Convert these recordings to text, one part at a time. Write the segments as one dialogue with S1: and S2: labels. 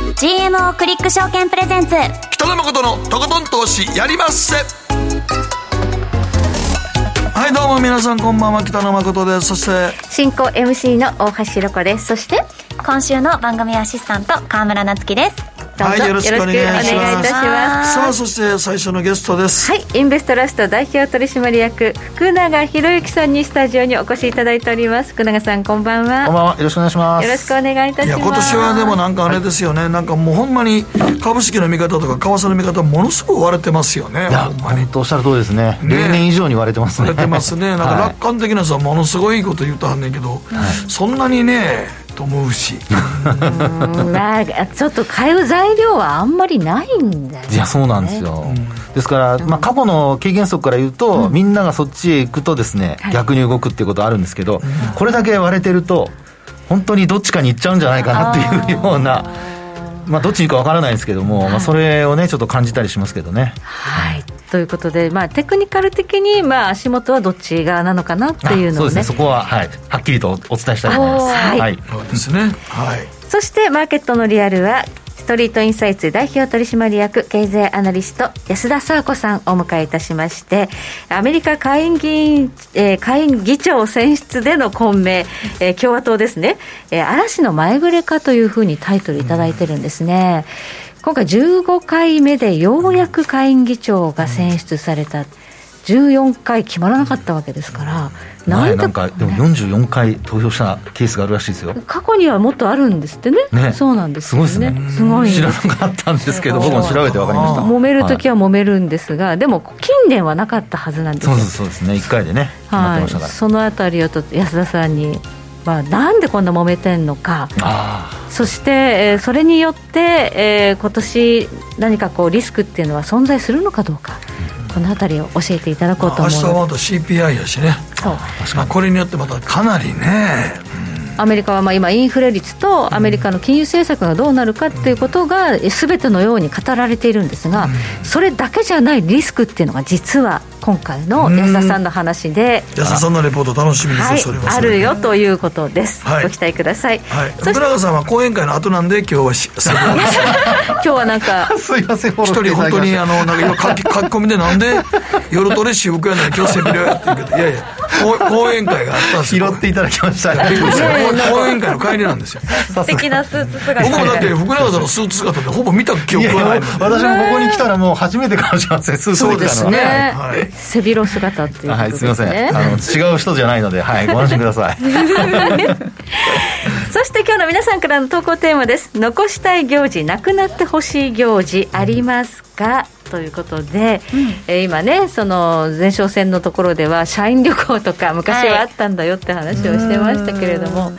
S1: 東京クリック証券プレゼンツ
S2: 北野誠のとことん投資やりまっせはいどうも皆さんこんばんは北野誠ですそして
S3: 進行 MC の大橋ロコですそして
S1: 今週の番組アシスタント川村夏樹です
S3: どうぞ
S2: はいよろしくお願いします
S3: よろくお願いいたします
S2: さあそして最初のゲストです、
S3: はいインベストラスト代表取締役福永博之さんにスタジオにお越しいただいております福永さんこんばんは
S4: こんばんは。よろしくお願いします。
S3: よろしくお願いいた
S2: い
S3: し
S2: や
S3: ます
S2: 今年はでもなんかあれですよね、なんかもうほんまに株式の見方とか為替の見方ものすごく割れてますよね
S4: いや、
S2: ほんまに
S4: 本当おっしゃる通りですね。
S2: ね
S4: 例年以上に割れてますね。
S2: 割れてますねなんか
S4: はい
S2: 楽観的な人はものすごいこと言うとはんねんけど、そんなにねと思うし
S3: うんまあちょっと買う材料はあんまりないんだよね
S4: いや、そうなんですよ。ですから、まあ、過去の経験則から言うと、みんながそっちへ行くとですね、
S3: はい
S4: 逆に動くっていうことあるんですけど、これだけ割れてると、本当にどっちかに行っちゃうんじゃないかなっていうような、まあ、どっちに行くかわからないんですけども、まあ、それをね、ちょっと感じたりしますけどね。
S3: はいということで、まあ、テクニカル的に、まあ、足元はどっち側なのかなっていう
S4: あそ
S3: の
S4: う
S3: を
S4: ですね、
S3: ね
S4: そこは、はい、はっきりとお伝えしたいと思います。
S3: おー
S4: はい
S2: そうですねはい
S3: そしてマーケットのリアルはストリートインサイツ代表取締役経済アナリスト安田沙子さんをお迎えいたしましてアメリカ下院議員、えー下院議長選出での混迷、えー共和党ですね、えー嵐の前触れかというふうにタイトルいただいてるんですね、今回15回目でようやく下院議長が選出された14回決まらなかったわけですから、
S4: 前
S3: だ
S4: なんか、でも44回投票したケースがあるらしいですよ。
S3: 過去にはもっとあるんですってね
S4: ね
S3: そうなんですよね
S4: すごいですね
S3: すごいんです
S4: 知らなかったんですけど僕も調べて分かりました
S3: 揉めるときは揉めるんですが、でも近年はなかったはずなんです
S4: そ
S3: よ
S4: うそうそうですね1回でね決まっ
S3: は
S4: て
S3: い
S4: ましたから、
S3: そのあたりをと安田さんに、まあ、なんでこんな揉めてんのか
S4: あ
S3: そして、えーそれによって、えー今年何かこうリスクっていうのは存在するのかどうか、このあたりを教えていただこうと
S2: 明
S3: 思
S2: 日
S3: い
S2: は
S3: ま
S2: また CPI やしね
S3: すそう
S2: まあこれによってまたかなりね
S3: アメリカはまあ今インフレ率とアメリカの金融政策がどうなるかっていうことがえ全てのように語られているんですがそれだけじゃないリスクっていうのが実は今回の安田さんの話で、
S2: 安田さんのレポート楽しみですよ、
S3: はい
S2: それは、
S3: あ
S2: それで
S3: るよということです、
S2: はい
S3: ご期待ください、
S2: はい
S3: そ
S2: 福
S3: して
S2: 永さんは講演会の後なんで今日はしすごい
S3: 今日はなんか
S4: あすいませんフォロー
S2: 一
S4: してい
S2: 人
S4: た
S2: 本当
S4: だきまし
S2: に
S4: た
S2: あのなんか今書き書き込みでなんで夜トレ渋谷なのに今日セミナーやってるけどいやいや講講演会があったんですよ
S4: 拾っていただきました
S2: いやびっくりし
S4: ね
S2: た講講演会の帰りなんですよ
S3: 素敵なスーツ姿
S2: 僕もだって福永さんのスーツ姿でほぼ見た記
S4: い
S2: 憶
S4: やい
S2: がないの
S4: や
S2: で
S4: 私もここに来たらもう初めてかもしれませんスーツ
S2: そう
S4: 着
S2: で
S4: た
S2: す
S4: の
S2: ね
S4: は
S3: ね、
S2: はい
S3: 背広姿っていうこと
S4: はい
S3: ですす
S4: い
S3: ね
S4: ませんあの違う人じゃないのではいご安心くだ さい
S3: そして今日の皆さんからの投稿テーマです残したい行事なくなってほしい行事ありますか、ということで、えー今ねその前哨戦のところでは社員旅行とか昔はあったんだよって話をしてましたけれども、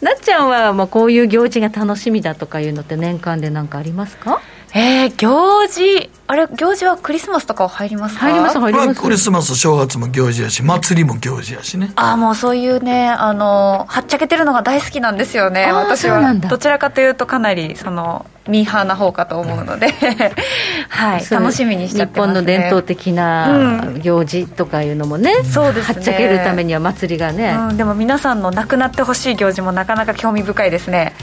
S3: なっちゃんはもうこういう行事が楽しみだとかいうのって年間で何かありますか
S5: えー、行事あれ行事はクリスマスとかは入りますか
S3: 入ります入り
S2: ま
S3: ま
S2: あ
S3: す、
S2: クリスマス正月も行事やし祭りも行事やしね
S5: ああもうそういうねあのはっちゃけてるのが大好きなんですよね
S3: あー
S5: 私
S3: そうな
S5: は
S3: んだ
S5: どちらかというとかなりそのミーハーな方かと思う ので、はい
S3: そう
S5: 楽しみにしちゃってます、ね、
S3: 日本の伝統的な行事とかいうのもね、
S5: そうです
S3: は
S5: ね
S3: っちゃけるためには祭りがね、
S5: うん、でも皆さんのなくなってほしい行事もなかなか興味深いですね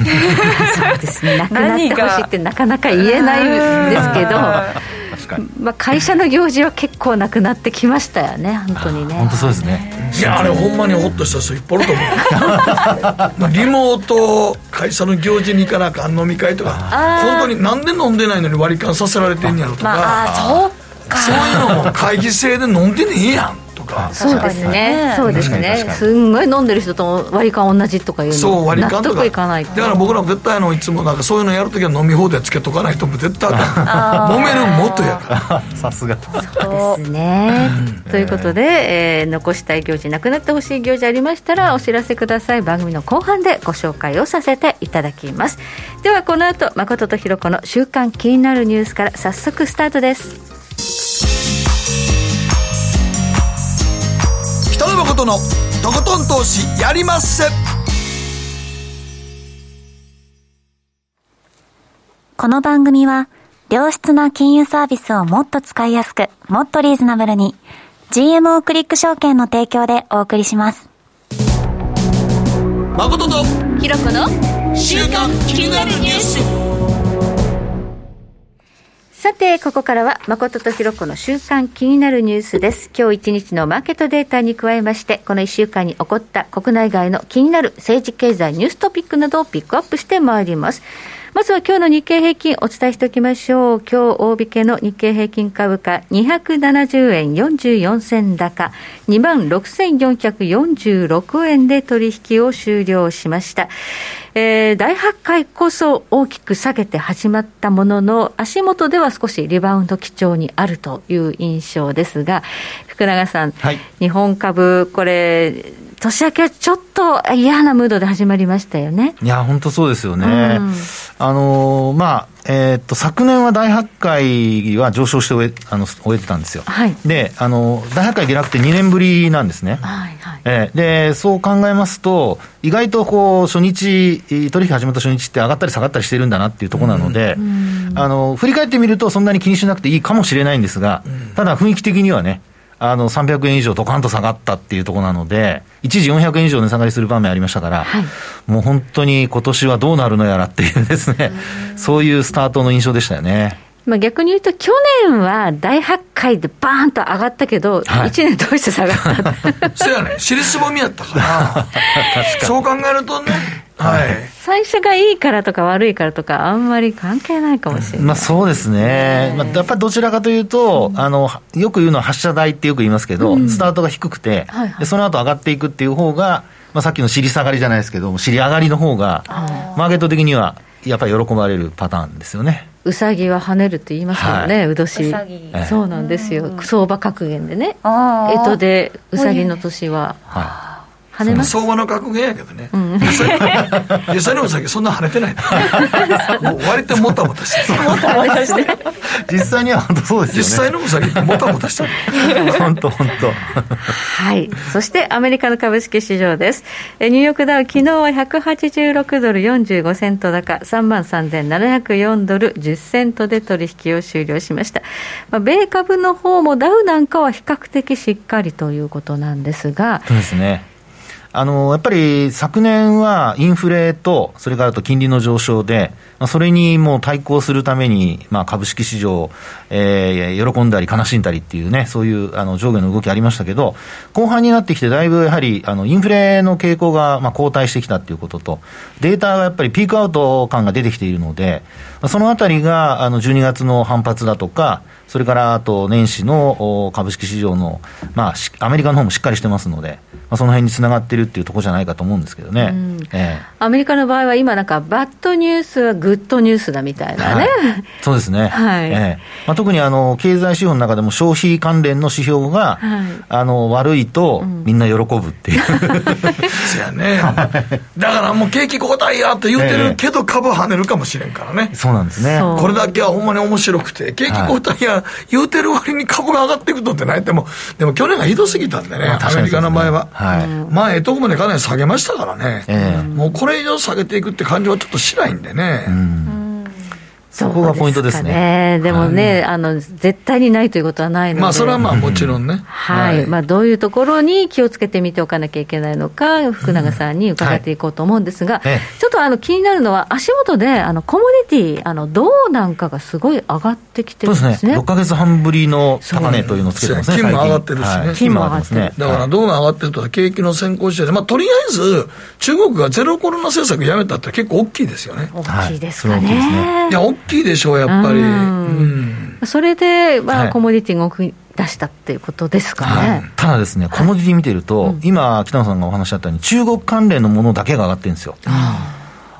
S3: そうですねなくなってほしいってなかなか言えないんですけど
S4: 確かに
S3: まあ、会社の行事は結構なくなってきましたよね、本当にね。
S4: 本当そうですね
S2: いやあれほんまにホッとした人いっぱいいると思 うリモート会社の行事に行かなあかん飲み会とか本当になんで飲んでないのに割り勘させられてんやろとか、
S5: ああそう
S2: そういうのも会議制で飲んでねえやんとか
S3: そうですね、そうです
S4: 確かに
S3: ね
S4: 確、かに
S3: すんごい飲んでる人と割り勘同じとかいうの、
S2: そう割り勘とか
S3: 納得いかない
S2: だから僕らも絶対あのいつもなんかそういうのやるときは飲み放題つけとかないともう絶対あかん揉めるんもっとやから
S4: さすが
S3: そうですね。ということで、えー残したい行事、なくなってほしい行事ありましたら、お知らせください。番組の後半でご紹介をさせていただきます。では、この後、誠とひろこの週刊気になるニュースから早速スタートです。
S2: 北野誠のとことん投資やりまっせ
S1: この番組は良質な金融サービスをもっと使いやすくもっとリーズナブルに GMO クリック証券の提供でお送りします
S2: 誠と
S1: ひろこの
S2: 週刊気になるニュース
S3: さて、ここからは、誠とひろこの週間気になるニュースです。今日一日のマーケットデータに加えまして、この1週間に起こった国内外の気になる政治経済ニューストピックなどをピックアップしてまいります。まずは今日の日経平均お伝えしておきましょう。今日大引けの日経平均株価270円44銭高、26,446円で取引を終了しました。えー大発会こそ大きく下げて始まったものの、足元では少しリバウンド基調にあるという印象ですが、福永さん、
S4: はい
S3: 日本株、これ、年明けはちょっと嫌なムードで始まりましたよね。
S4: いや、本当そうですよね。
S3: うん
S4: あのーまあ、えーっと、昨年は大発会は上昇して終えあの終えてたんですよ。
S3: はい
S4: で、あのー大発会下落って2年ぶりなんですね。
S3: はいはい
S4: えーでそう考えますと、意外とこう初日、えー取引始まった初日って上がったり下がったりしてるんだなっていうところなので、あの振り返ってみると、そんなに気にしなくていいかもしれないんですが、ただ雰囲気的にはね、あの300円以上、ドカンと下がったっていうところなので、一時400円以上値下がりする場面ありましたから、
S3: はい
S4: もう本当に今年はどうなるのやらっていうですね、そういうスタートの印象でしたよね。
S3: まあ、逆に言うと、去年は大発会でバーンと上がったけど、
S4: はい
S3: 一1年通して下がったって
S2: そやね尻すぼみやった からそう考えるとねはい
S3: 最初がいいからとか悪いからとか、あんまり関係ないかもしれない。
S4: まあそうですね、まあ、やっぱりどちらかというと、あのよく言うのは発射台ってよく言いますけど、スタートが低くて、
S3: はいはい
S4: で、その後上がっていくっていう方が、まあ、さっきの尻下がりじゃないですけど、尻上がりの方が、マーケット的にはやっぱり喜ばれるパターンですよね。
S3: うさぎは跳ねるって言いますから
S4: は
S3: ね、うどし
S5: うさぎ
S4: ええ
S3: そうなんですよ、相場格言でね、
S5: あ
S3: 干
S5: ー
S3: 支でうさぎの年は
S4: は
S3: 跳ねます。
S2: 相場の格言やけどね、実際実際のうさぎそんな跳ね てないもう割ともたもたしてる
S4: い、実際には本当そうですよ
S2: 実際
S4: ね。
S2: のうさぎってもたもたしてる
S4: 本当本
S3: はい、そしてアメリカの株式市場です。えニューヨークダウ、昨日は186ドル45セント高、3万3704ドル10セントで取引を終了しました。まあ、米株の方もダウなんかは比較的しっかりということなんですが、
S4: 当。そうですね。あのやっぱり昨年はインフレと、それからあと金利の上昇で、まあ、それにもう対抗するために、まあ、株式市場、えー喜んだり悲しんだりっていうね、そういうあの上下の動きありましたけど、後半になってきて、だいぶやはりあのインフレの傾向が、まあ、後退してきたっていうことと、データがやっぱりピークアウト感が出てきているので、まあそのあたりがあの12月の反発だとか、それからあと年始のお株式市場の、まあ、しアメリカの方もしっかりしてますので、まあ、その辺につながってるっていうところじゃないかと思うんですけどね。ええ
S3: アメリカの場合は今なんかバッドニュースはグッドニュースだみたいなね。
S4: はいそうですね、
S3: はい
S4: ええまあ、特にあの経済指標の中でも消費関連の指標が、
S3: はい
S4: あの悪いとみんな喜ぶって いう、
S2: そやねだからもう景気後退やって言うてるけど株跳ねるかもしれんからね
S4: そうなんですね。
S3: そう
S2: これだけはほんまに面白くて景気後退や言うてる割に株が上がっていくのってないでもでも去年がひどすぎたんでね
S4: まあ
S2: アメリカの場合は、
S4: 確かにそうですね
S2: まあええとこまでかなり下げましたからね、
S4: ええ
S2: もうこれ以上下げていくって感じはちょっとしないんでね、
S4: そこがポイントです
S3: どう
S4: ね。
S3: すかでもね、あの、絶対にないということはないので。
S2: まあそれはまあもちろんね、
S3: はい、まあ、どういうところに気をつけてみておかなきゃいけないのか、福永さんに伺っていこうと思うんですが、
S4: はいえ
S3: ちょっとあの気になるのは、足元であのコモディティあの銅なんかがすごい上がってきて
S4: そ
S3: る
S4: うんで
S3: ですす
S4: ね。
S3: ね。
S4: 6ヶ月半ぶりの高値というのをつけてますね。
S2: そうですね金も
S4: 最近
S2: 上がってるしね
S4: はい
S2: 金
S4: 金
S3: も
S4: も
S3: 上が
S4: 上が
S3: っ
S4: ってて
S3: る
S4: ますね。
S2: だから銅が上がってるとは景気の先行指標で、まあ、とりあえず中国がゼロコロナ政策やめたって結構大きいですよね。
S3: 大きいですか
S4: はいそれは大きいです
S3: ね。
S2: いや大きいでしょうやっぱり、
S3: う
S2: うんん
S3: それで、まあ
S4: はい
S3: コモディティが動き出したっていうことですかね。
S4: はいただですね、コモディティ見てると、今、北野さんがお話しあったように、中国関連のものだけが上がってるんですよ。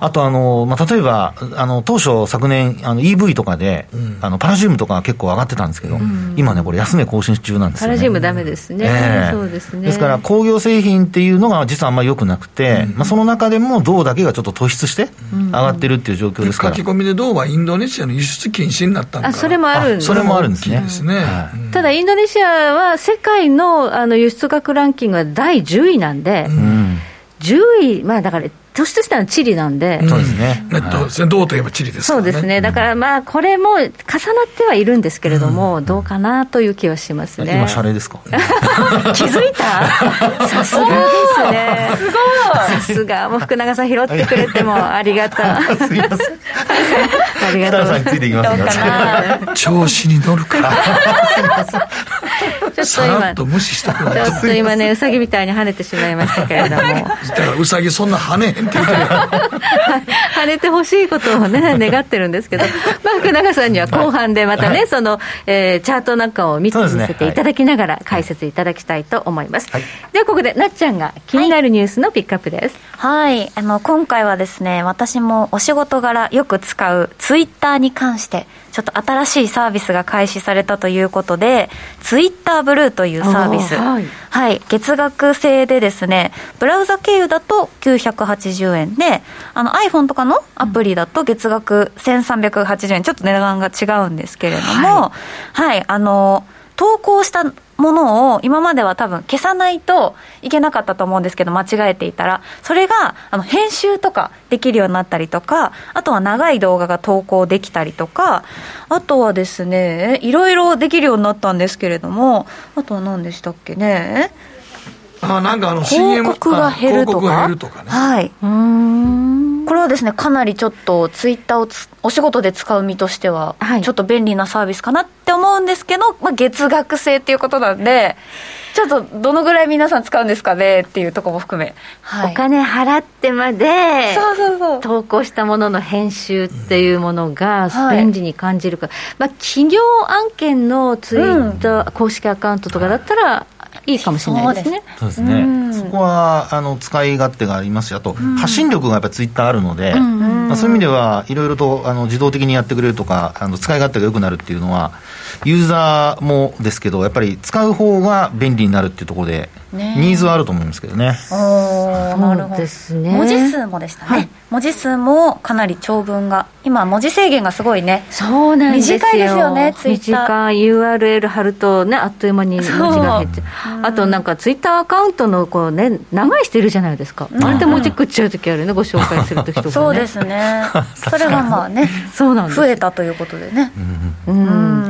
S4: あとあの、まあ、例えば、あの当初、昨年、あの EV とかで、あのパラジウムとか結構上がってたんですけど、今ね、これ、安値更新中なんです
S3: パ
S4: よね。
S3: ラジウムダメですね、
S4: ええ
S3: そうですね。
S4: ですから工業製品っていうのが実はあんまり良くなくて、まあ、その中でも銅だけがちょっと突出して上がってるっていう状況ですか
S2: 書
S4: ら、
S2: き込みで銅はインドネシアの輸出禁止になったんだ
S3: あ
S2: から
S3: それもあるん
S4: あそれもあるんですね
S2: 大きいですね、
S4: は
S2: うん
S3: ただ、インドネシアは世界のあの輸出額ランキングは第10位なんで、
S4: うん
S3: 10位、まあ、だから突出したのはチリなんで、
S4: そうですね。
S2: ねどうですね、どうといえばチリですか
S3: そ
S2: ら
S3: うですね、だからまあ、これも重なってはいるんですけれども、どうかなという気はしますね。
S4: 今、シャレですか
S3: 気づいたさすがですね。すごいさすが、もう福永さん拾ってくれてもありがたあ
S4: すい ません。
S3: り
S4: 北
S3: が
S4: 野
S3: と
S4: さん
S3: う
S4: についていきます
S5: どうか
S4: ね。
S5: な
S2: 調子に乗るから、さら
S3: ちょっと今、
S2: っ
S3: ち
S2: と無視してくれ
S3: ょっと今ね、うさぎみたいに跳ねてしまいましたけれども、
S2: だからウサギそんな跳ねへんって言うてるやん
S3: 跳ねてほしいことをね、願ってるん ですけど、まあ、福永さんには後半でまたね、その、えーチャートなんかを見て
S4: そう
S3: 見
S4: ですね
S3: せていただきながら解説いただきたいと思います。
S4: はい
S3: では、ここでなっちゃんが気になるニュースのピックアップです。
S1: はい。あの、今回はですね、私もお仕事柄よく使うツイッターに関して、ちょっと新しいサービスが開始されたということで、ツイッターブルーというサービス。
S3: おーは
S1: はいい、月額制でですね、ブラウザ経由だと980円で、あの iPhone とかのアプリだと月額1380円。ちょっと値段が違うんですけれども、はい、あの、投稿したものを今までは多分消さないといけなかったと思うんですけど間違えていたらそれがあの編集とかできるようになったりとかあとは長い動画が投稿できたりとかあとはですねいろいろできるようになったんですけれどもあとは何でしたっけね
S2: あなんかあの CM
S1: 広告が減ると
S2: 広告が
S1: か
S2: 減るとかね
S1: はいこれはですねかなりちょっとツイッターをつお仕事で使う身としては、
S3: はい
S1: ちょっと便利なサービスかなって思うんですけど、まあ、月額制っていうことなんでちょっとどのぐらい皆さん使うんですかねっていうところも含め、はい
S3: お金払ってまで
S1: そうそうそう
S3: 投稿したものの編集っていうものが
S1: はい
S3: 便利に感じるか、まあ、企業案件のツイッター、公式アカウントとかだったらいいかもしれないですね。
S4: そうですね。そこは、あの、使い勝手がありますし、あと、発信力がやっぱツイッターあるので、まあ、そういう意味では、いろいろと、あの、自動的にやってくれるとか、あの、使い勝手が良くなるっていうのは、ユーザーもですけど、やっぱり使う方が便利になるっていうところで、ニーズはあると思いますけどね。
S1: おーなるほど
S3: そうですね
S1: 文字数もでしたね、
S3: はい
S1: 文字数もかなり長文が今文字制限がすごいね
S3: そうなんですよ
S1: 短いですよね Twitter
S3: 短い URL 貼るとねあっという間に文字が減ってあとなんかツイッターアカウントのこうね長いしてるじゃないですか、あれで文字食っちゃう時あるよねご紹介する時とか、ね、
S1: そうですね それがまあね
S3: そうなんです
S1: 増えたということでね
S3: うん
S1: うん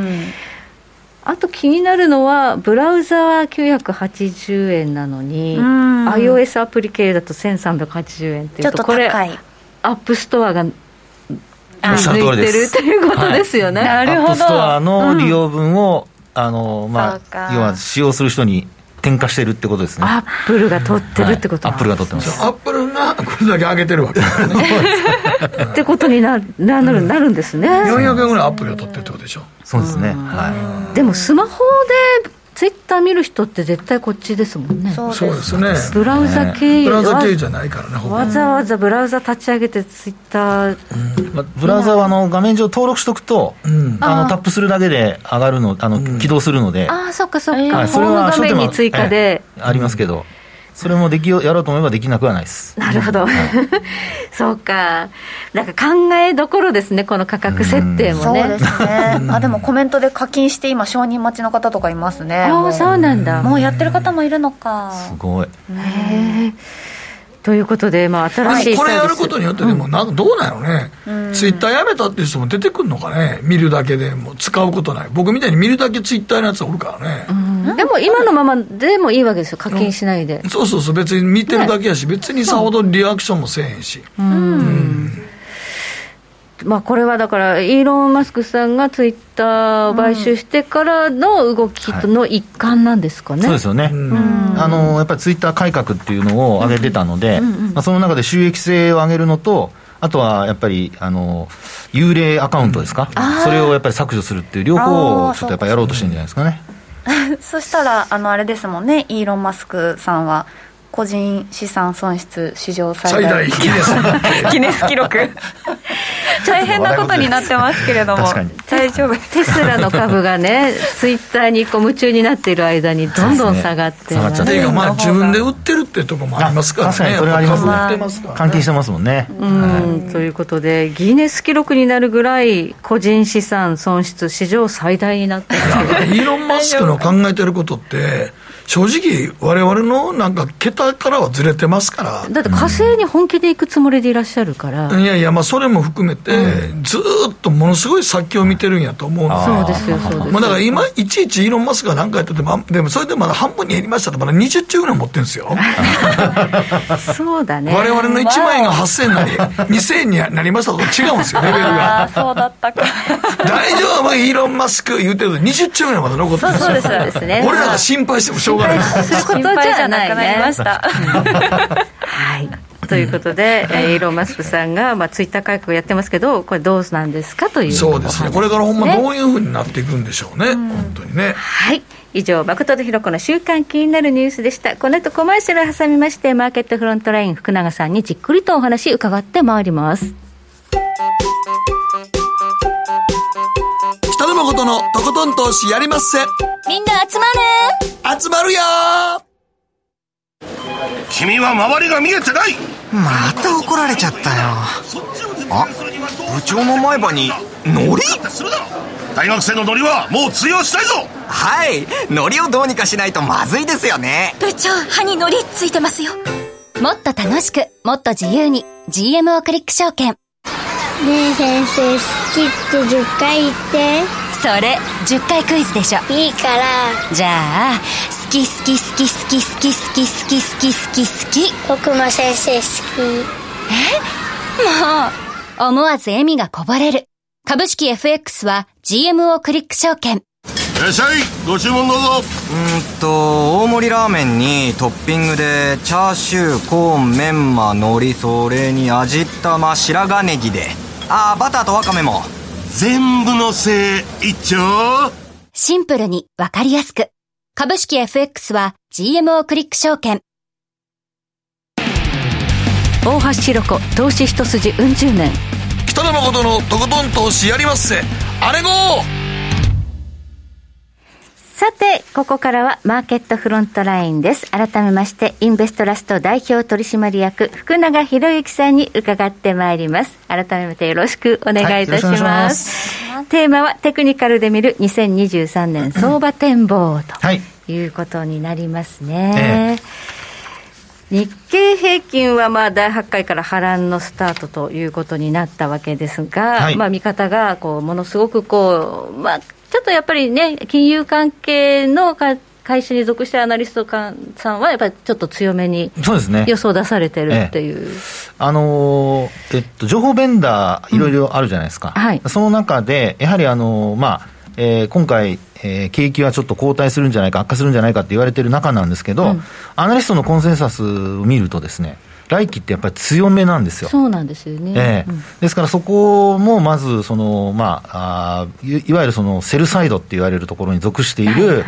S3: あと気になるのはブラウザは980円なのに
S1: うん
S3: iOS アプリ系だと1380円ってい
S1: ち
S3: う
S1: ょっと
S3: とこれ
S1: 高
S3: ア
S1: い
S3: ップストアが
S4: おっしゃる通
S3: 抜
S4: り
S3: いて
S4: で
S3: る
S4: す
S3: ということですよね、
S4: アップストアの利用分を、あの、
S1: そう
S4: ま
S1: か
S4: あ、要は使用する人に転嫁してるってことですね。
S3: アップルが取ってるってこと
S4: はいアップルが取ってます。
S2: アップルがこれだけ上げてるわけだからね
S3: ってことにななるなるんですね、
S2: 400円ぐらいアップルが取ってるってことでしょ
S4: そうですね。は
S3: でもスマホでツイッター見る人って絶対こっちですもんね
S1: そう
S2: そう
S1: で
S2: ですすね
S3: ブラウザ経
S2: ブ
S3: 由
S2: ラウザ経由
S3: わ
S2: じゃないからねほぼ
S3: わざわざブラウザ立ち上げてツイッター
S4: い。まあブラウザはあの画面上登録しとくと、
S2: ん
S4: あのタップするだけで上がるの、あの起動するので、
S3: ああそっかそっか、
S1: えー
S3: ホ
S4: はい
S3: ーム画面に追加で、
S4: ええありますけど、それもできようやろうと思えばできなくはないです。
S3: なるほど、 そうかなんか考えどころですねこの価格設定もね
S1: ねあでもコメントで課金して今承認待ちの方とかいますね
S3: あ
S1: も
S3: あ
S1: う
S3: そうなんだ
S1: もうやってる方もいるのか
S4: すごい。
S3: へえということで、まあ、
S2: でも
S3: 新しい
S2: これや
S3: サービ
S2: る
S3: ス
S2: ことによってでもなんかどうなんやろねツイッターやめたっていう人も出てくるのかね見るだけでもう使うことない僕みたいに見るだけツイッターのやつおるからね
S3: うんでも今のままでもいいわけですよ課金しないで、
S2: そうそうそう別に見てるだけやし別にさほどリアクションもせえへんし
S3: まあ、これはだからイーロン・マスクさんがツイッターを買収してからの動きとの一環なんですかね、
S4: そうですよね。あのやっぱりツイッター改革っていうのを上げてたので、まあその中で収益性を上げるのと、あとはやっぱりあの幽霊アカウントですか、それをやっぱり削除するっていう両方
S1: あ
S4: を
S1: ー
S4: ちょっとやっぱりやろうとしてるんじゃないですかね。
S1: そしたらあのあれですもんねイーロン・マスクさんは個人資産損失史上
S2: 最
S1: 最
S2: 大
S1: 大
S2: 引きです
S5: ギネス 記録大変なことになってますけれども
S4: 確かに
S5: 大丈夫です
S3: テスラの株がねツイッターにこう夢中になっている間にどんどん下がって
S4: そうですね下がっちゃ
S2: て
S4: て
S2: いうかまあ自分で売ってるってとこもありますからね
S4: 確かにそれはありますね
S2: やっぱ株売ってますからね
S4: 関係してますもんね。
S3: うんということでギネス記録になるぐらい個人資産損失史上最大になってます
S2: イーロン・マスクの考えてることって、正直、我々のなんか桁からはずれてますから。
S3: だって火星に本気で行くつもりでいらっしゃるから、
S2: いやいや、まあ、それも含めて、ずーっとものすごい先を見てるんやと思うんですよ。
S3: そうですよ、そうですよ。
S2: まあ、だから今、いちいちイーロン・マスクが何回やってても、あでもそれでまだ半分に減りましたって、まだ20兆ぐらい持ってるんですよ。
S3: そうだね。
S2: 我々の1万円が8000円なり、2000円になりましたと違うんです よ、レベル
S5: あ
S2: が。
S5: あそうだった か
S2: 大丈夫、イーロン・マスク言うてると20兆ぐらいまだ残ってるんですよ。
S3: そうですそうですね
S2: 俺らが心配してもしょうがない。
S3: そういうこ
S5: 心
S3: とじ
S5: 配じ
S3: ゃ
S5: ゃ
S3: な
S5: ないくなり
S3: ね
S5: まし。た
S3: はい。ということで、えーイーロン・マスクさんが、まあ、ツイッター改革をやってますけど、これどうなんですかという。
S2: そうですね、これからほんまどういうふうになっていくんでしょうね、本当にね。
S3: はい。以上、誠とひろこの週間気になるニュースでした。この後コマーシャルを挟みまして、マーケットフロントライン福永さんにじっくりとお話伺ってまいります。
S2: 北野誠のとことん投資やりまっせ
S6: みんな集まれ
S2: 集まるよ
S7: 君は周りが見えてない
S8: また怒られちゃったよ
S7: あ
S8: 部長の前歯にノリ
S7: 大学生のノリはもう通用したいぞ
S8: はいノリをどうにかしないとまずいですよね
S6: 部長、歯にノリついてますよ。もっと楽しく、もっと自由に、GMO クリック証券。
S9: ねえ先生好きって10回言って
S6: それ、10回クイズでしょ。
S9: いいから
S6: じゃあ、好き好き好き好き好き好き好き好き好き好き。
S9: 僕も先生好
S6: もう、思わず笑みがこぼれる。株式 FX は GMO クリック証券。
S7: いらっしゃいご注文どうぞ
S8: うーんと大盛りラーメンにトッピングでチャーシューコーンメンマ海苔それに味玉白髪ネギであーバターとワカメも
S7: 全部のせい一丁
S6: シンプルにわかりやすく。株式 FX は GMO クリック証券。
S3: 大橋ひろこ、投資一筋うん十年。
S2: 北野誠のとことん投資やりまっせあれご
S3: さて、ここからはマーケットフロントラインです。改めまして、インベストラスト代表取締役、福永博之さんに伺ってまいります。改めてよろしくお願いいたし
S4: はいよろしくお願いし
S3: ま。
S4: ます
S3: テーマはテクニカルで見る2023年相場展望
S4: はい
S3: ということになりますね。日経平均はまあ第8回から波乱のスタートということになったわけですが、
S4: はい
S3: まあ見方がこうものすごくこう、まあ、ちょっとやっぱりね、金融関係のか会社に属したアナリストかんさんは、やっぱりちょっと強めに
S4: そうですね
S3: 予想出されてる
S4: ええ
S3: っていう、
S4: あのーえっと、情報ベンダー、いろいろあるじゃないですか、
S3: はい
S4: その中で、やはり、あのーまあえー今回、えー景気はちょっと後退するんじゃないか、悪化するんじゃないかって言われてる中なんですけど、アナリストのコンセンサスを見るとですね、来期ってやっぱり強めなんですよ。
S3: そうなんですよね。
S4: ええですからそこもまずその、まあ、あーいいわゆるそのセルサイドって言われるところに属している、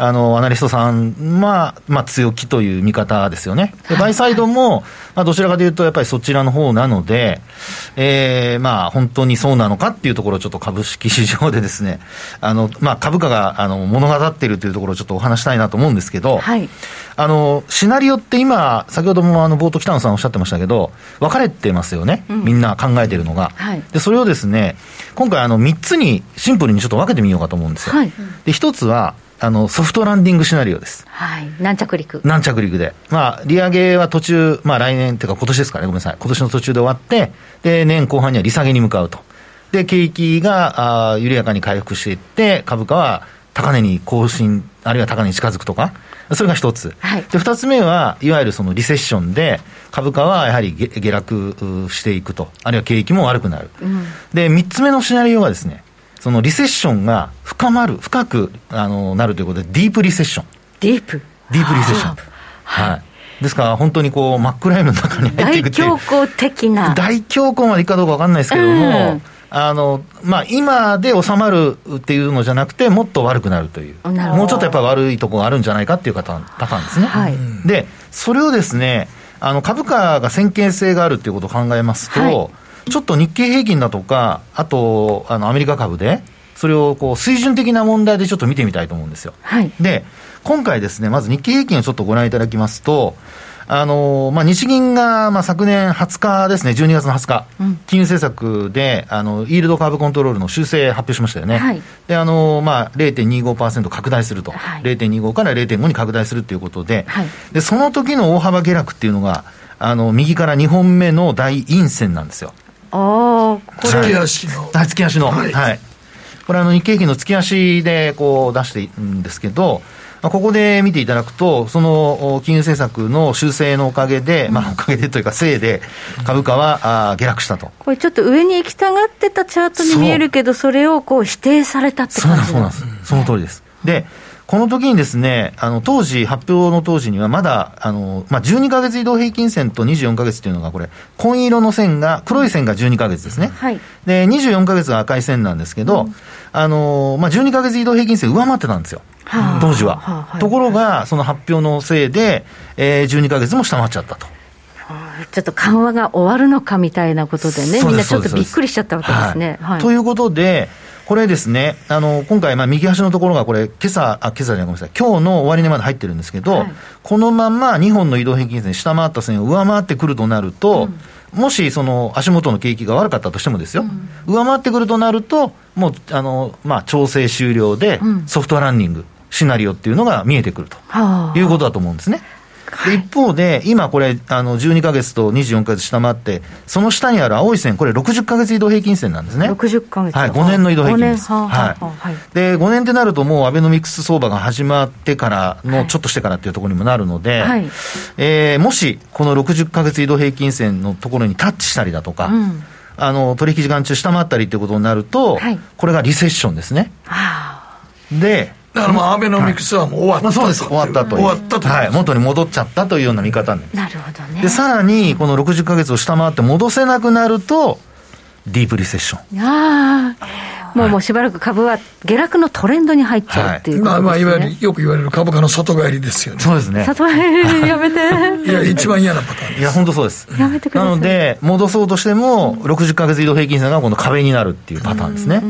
S4: あのアナリストさんは、まあ、強気という見方ですよね、でバイサイドも、まあ、どちらかというと、やっぱりそちらの方なので、えーまあ、本当にそうなのかっていうところをちょっと株式市場でですね、あのまあ、株価があの物語っているというところをちょっとお話したいなと思うんですけど、
S3: はい
S4: あのシナリオって今、先ほどもあの冒頭、北野さんおっしゃってましたけど、分かれてますよね、みんな考えてるのが。
S3: はい
S4: でそれをですね、今回、あの3つにシンプルにちょっと分けてみようかと思うんですよ。
S3: はい
S4: で1つはあのソフトランディングシナリオです。
S3: はい、軟着陸。
S4: 軟着陸で。まあ、利上げは途中、まあ来年、てか今年ですからね、ごめんなさい。今年の途中で終わって、で、年後半には利下げに向かうと。で、景気が、あー緩やかに回復していって、株価は高値に更新、あるいは高値に近づくとか、それが一つ。
S3: はい
S4: で、二つ目は、いわゆるそのリセッションで、株価はやはり下下落うしていくと。あるいは景気も悪くなる。で、三つ目のシナリオはですね、そのリセッションが深まる、深く、あの、なるということで、ディープリセッション。
S3: ディープ。
S4: ディープリセッション。はい。ですから、本当にこう、真っ暗闇の中に入
S3: 大
S4: っていくっていう
S3: 恐。慌的な。
S4: 大恐慌までいくかどうかわかんないですけども、
S3: うん
S4: あの、まあ、今で収まるっていうのじゃなくて、もっと悪くなるという。
S3: なるほど
S4: もうちょっとやっぱり悪いところがあるんじゃないかっていう方、パターンですね。
S3: はい
S4: で、それをですね、あの、株価が先見性があるっていうことを考えますと、
S3: は
S4: ちょっと日経平均だとか、あと、あの、アメリカ株で、それをこう、水準的な問題でちょっと見てみたいと思うんですよ。
S3: はい。
S4: で、今回ですね、まず日経平均をちょっとご覧いただきますと、あのまあ、日銀が、まあ、昨年20日ですね、12月の20日、金融政策であの、イールドカーブコントロールの修正発表しましたよね、
S3: はい
S4: であのまあ、0.25%拡大すると、
S3: はい
S4: 0.25から0.5に拡大するということで,、
S3: はい
S4: で、その時の大幅下落っていうのが、あの右から2本目の大陰線なんですよ。
S3: ああ、こ
S2: 月
S3: れ、
S2: 足の
S4: はい、月足の、
S2: は
S4: はいいこれあの日経平均の月足でこう出しているんですけど、まあここで見ていただくと、そのお金融政策の修正のおかげで、まあ、おかげでというか、せいで株価はあー下落したと。
S3: これちょっと上に行きたがってたチャートに見えるけど、それをこう否定されたって
S4: そうなん
S3: 感
S4: で
S3: じ
S4: す、そうなんです、その通りです。で、この時にですね、あの当時、発表の当時には、まだあの、まあ、12か月移動平均線と24か月というのが、これ、紺色の線が、黒い線が12か月ですね、
S3: はい
S4: で24か月が赤い線なんですけど、あのまあ、12か月移動平均線、上回ってたんですよ、
S3: はあ
S4: 当時は。
S3: はあはい
S4: ところが、その発表のせいで、えー、12か月も下回っちゃったと。
S3: ちょっと緩和が終わるのかみたいなことでね、み
S4: そう
S3: ん
S4: で
S3: な
S4: す
S3: ちょっとびっくりしちゃったわけですね。
S4: はい
S3: はい
S4: ということで、これですね、あの今回、まあ右端のところがこれ、今朝あ今朝じゃない、ごめんなさい、今日の終値まで入ってるんですけど、
S3: はい
S4: このまま2本の移動平均線、下回った線を上回ってくるとなると、もしその足元の景気が悪かったとしてもですよ、上回ってくるとなると、もうあの、まあ、調整終了で
S3: ん、
S4: ソフトランニング、シナリオっていうのが見えてくると。
S3: はあ
S4: いうことだと思うんですね。で一方で、今これ、あの12か月と24か月下回って、その下にある青い線、これ、60か月移動平均線なんですね。
S3: 60ヶ月
S4: はい、5年の移動平均です。
S3: 五年はあはあ
S4: は
S3: はい
S4: い、で5年ってなると、もうアベノミクス相場が始まってからの、ちょっとしてからっていうところにもなるので、
S3: はい
S4: えーもしこの60か月移動平均線のところにタッチしたりだとか、
S3: ん
S4: あの取引時間中、下回ったりということになると、
S3: はい
S4: これがリセッションですね。で、
S2: だからもうアベノミクスはもう終わった
S4: まあ、
S2: と
S4: そうです終わったとい
S2: 終
S4: う
S2: わったと
S4: はい、元に戻っちゃったというような見方になります
S3: なるほどね
S4: でさらにこの60か月を下回って戻せなくなるとディープリセッション
S3: ああもうもうしばらく株は下落のトレンドに入っちゃうっていうこ
S2: まあ
S3: と
S2: まあ
S3: で
S2: いわ
S3: す
S2: ゆ
S3: ね
S2: るよく言われる株価の里帰りですよね
S4: そうですね
S3: 里帰 りやめ て
S2: いや一番嫌なパターン
S4: いや本当そうです
S3: やめてください
S4: なので戻そうとしても60か月移動平均線が今度壁になるっていうパターンですね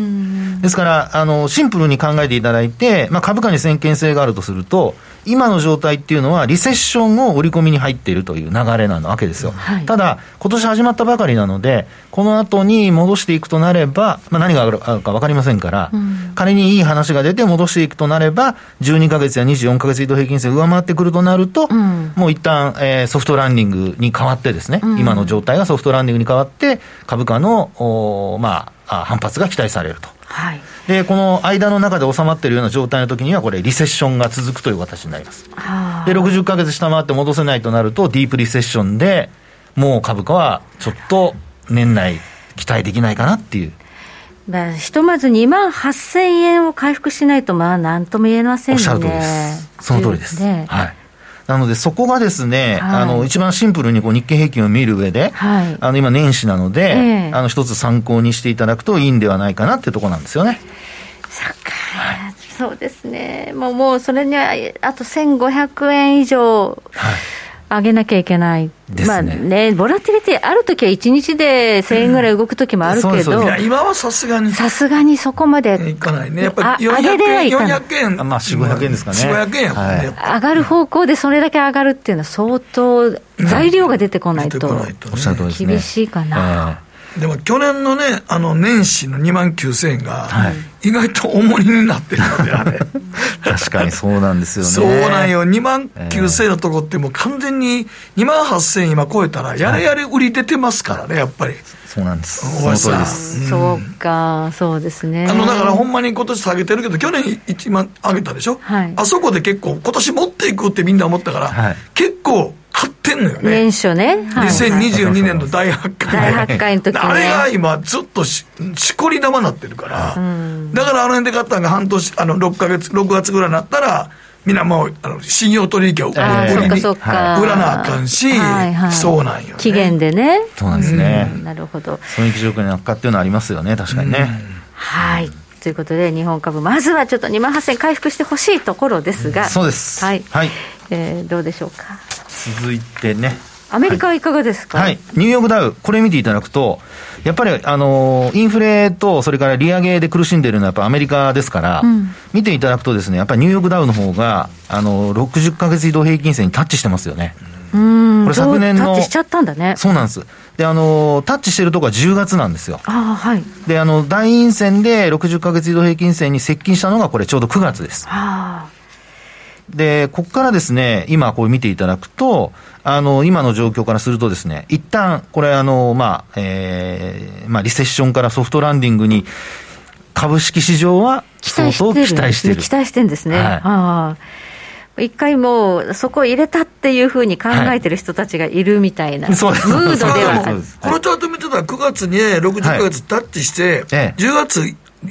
S4: ですからあのシンプルに考えていただいて、まあ、株価に先見性があるとすると今の状態っていうのはリセッションを織り込みに入っているという流れなわけですよ、
S3: はい
S4: ただ今年始まったばかりなのでこの後に戻していくとなれば、まあ、何があるか分かりませんから、仮にいい話が出て戻していくとなれば12か月や24か月移動平均線上回ってくるとなると、
S3: ん
S4: もう一旦、えーソフトランディングに変わってですね、今の状態がソフトランディングに変わって株価の、おーまあ、あ反発が期待されると。
S3: はい
S4: でこの間の中で収まっているような状態の時にはこれリセッションが続くという形になります
S3: あ
S4: で60ヶ月下回って戻せないとなるとディープリセッションでもう株価はちょっと年内期待できないかなっていう
S3: ーまあひとまず2万8000円を回復しないとまあ何とも言えませ
S4: お
S3: ん
S4: っ
S3: ね
S4: しゃる通りですその通りです、
S3: ね
S4: はいなのでそこがですね、
S3: はい
S4: あの一番シンプルにこう日経平均を見る上で、
S3: はい
S4: あの今年始なので、
S3: ええ
S4: あの一つ参考にしていただくといいんではないかなっていうところなんですよね
S3: そっか、そうですね、もうもうそれにはあと1500円以上上げなきゃいけない、
S4: ですね
S3: まあね、ボラティリティあるときは1日で1000円ぐらい動くときもある
S4: そう
S3: け
S4: ですそう
S3: ど
S2: い、や今はさすがに
S3: さすがにそこま
S2: い
S3: で
S2: かないねやっぱり
S3: あ上げ
S2: 400
S3: では
S2: 円
S3: いかない
S2: 400円
S4: あまあ400 500円ですかね
S2: 400円やもん
S4: は
S2: ね
S4: い
S2: やっぱ
S3: 上がる方向でそれだけ上がるっていうのは、相当、材料が出てこない
S2: 出てことないとね
S4: おっしゃる通りですね
S3: 厳しいかな。
S4: ええ
S2: でも去年のねあの年始の2万9000円が意外と重荷になってるのであ れ
S4: 確かにそうなんですよね。
S2: そうなんよ、2万9000円のとこって、もう完全に2万8000円今超えたら、やれやれ売り出てますからね、やっぱり。
S4: そうなんです。
S2: 大
S4: そ
S2: 橋
S4: の通り
S2: さ
S4: で
S2: ん
S4: す。
S3: そうか、そうですね。
S2: あのだからほんまに今年下げてるけど、去年1万上げたでしょ、
S3: はい
S2: あそこで結構、今年持っていくってみんな思ったから、
S4: はい
S2: 結構買ってんのよね
S3: 年、初ね、はい
S2: 2022年の大発会
S3: 大発会の時ね
S2: あれが今、ずっとししこり玉になってるから、だからあの辺で買ったのが半年、あの6ヶ月、6月ぐらいになったら、みんなもうあの信用取引を売り
S3: ああ、そっ
S2: に
S3: かそっか。
S2: 売らなあかんし、
S3: はいはい
S2: そうなんよ、ね、
S3: 期限でね。
S4: そうなんですね。
S3: なるほど。
S4: 損益状況の悪化っていうのはありますよね、確かにね。
S3: はい。ということで、日本株、まずはちょっと2万8000回復してほしいところですが、
S4: そうです。
S3: はい。
S4: はい。
S3: えーどうでしょうか。
S4: 続いてね。
S3: アメリカはいかがですか、
S4: はい、ニューヨークダウ、これ見ていただくと、やっぱり、あのーインフレと、それから利上げで苦しんでいるのは、やっぱアメリカですから、見ていただくとですね、やっぱりニューヨークダウの方が、あのー、60ヶ月移動平均線にタッチしてますよね。
S3: うん
S4: これ昨年の
S3: タッチしちゃったんだね
S4: そうなんですであのタッチしてるとこは10月なんですよ
S3: ああはい
S4: であの大陰線で60か月移動平均線に接近したのがこれちょうど9月です
S3: あ
S4: で、ここからですね、今これ見ていただくと、あの、今の状況からするとですね、一旦、これあの、まあ、えーまあ、リセッションからソフトランディングに、株式市場は
S3: 期
S4: 相
S3: 待して
S4: 当
S3: る
S4: 期待してる。
S3: 期待してんですね、
S4: はい
S3: ああ一回もうそこ入れたっていうふうに考えてる人たちがいるみたいな、
S4: そうです
S3: ムードで
S4: そう
S3: はあ
S4: そう
S3: る
S4: です
S2: このチャート見てたら9月にね60ヶ月タッチして、
S4: ええ
S2: 10月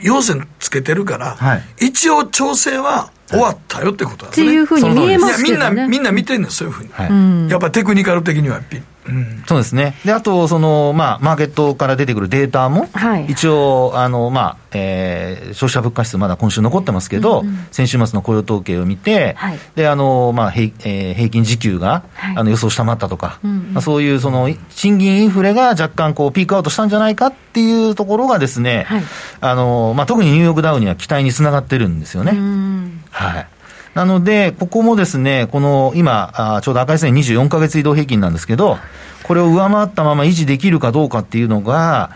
S2: 陽線つけてるから、
S4: はい
S2: 一応調整は終わったよってことなん
S3: っ
S2: で
S3: て
S2: すね。
S3: いうふうに見え
S2: い
S3: ま
S2: や
S3: す
S2: み
S3: け
S2: ん
S3: ど
S2: な、
S3: ね
S2: みんな見てんの、そういうふうに。
S4: はい
S2: やっぱテクニカル的にはやっぱり、うん、
S4: そうですね。で、あと、その、まあ、マーケットから出てくるデータも、
S3: はい
S4: 一応、あの、まあ、えー消費者物価指数まだ今週残ってますけど、先週末の雇用統計を見て、
S3: はい
S4: で、あの、まあ、平えー平均時給が、
S3: はい
S4: あの、予想下回ったとか、まあそういう、その、賃金インフレが若干、こう、ピークアウトしたんじゃないかっていうところがですね、
S3: はい
S4: あの、まあ、特にニューヨークダウには期待につながってるんですよね。
S3: うん
S4: はい。なので、ここもですね、この今、あーちょうど赤い線24ヶ月移動平均なんですけど、これを上回ったまま維持できるかどうかっていうのが、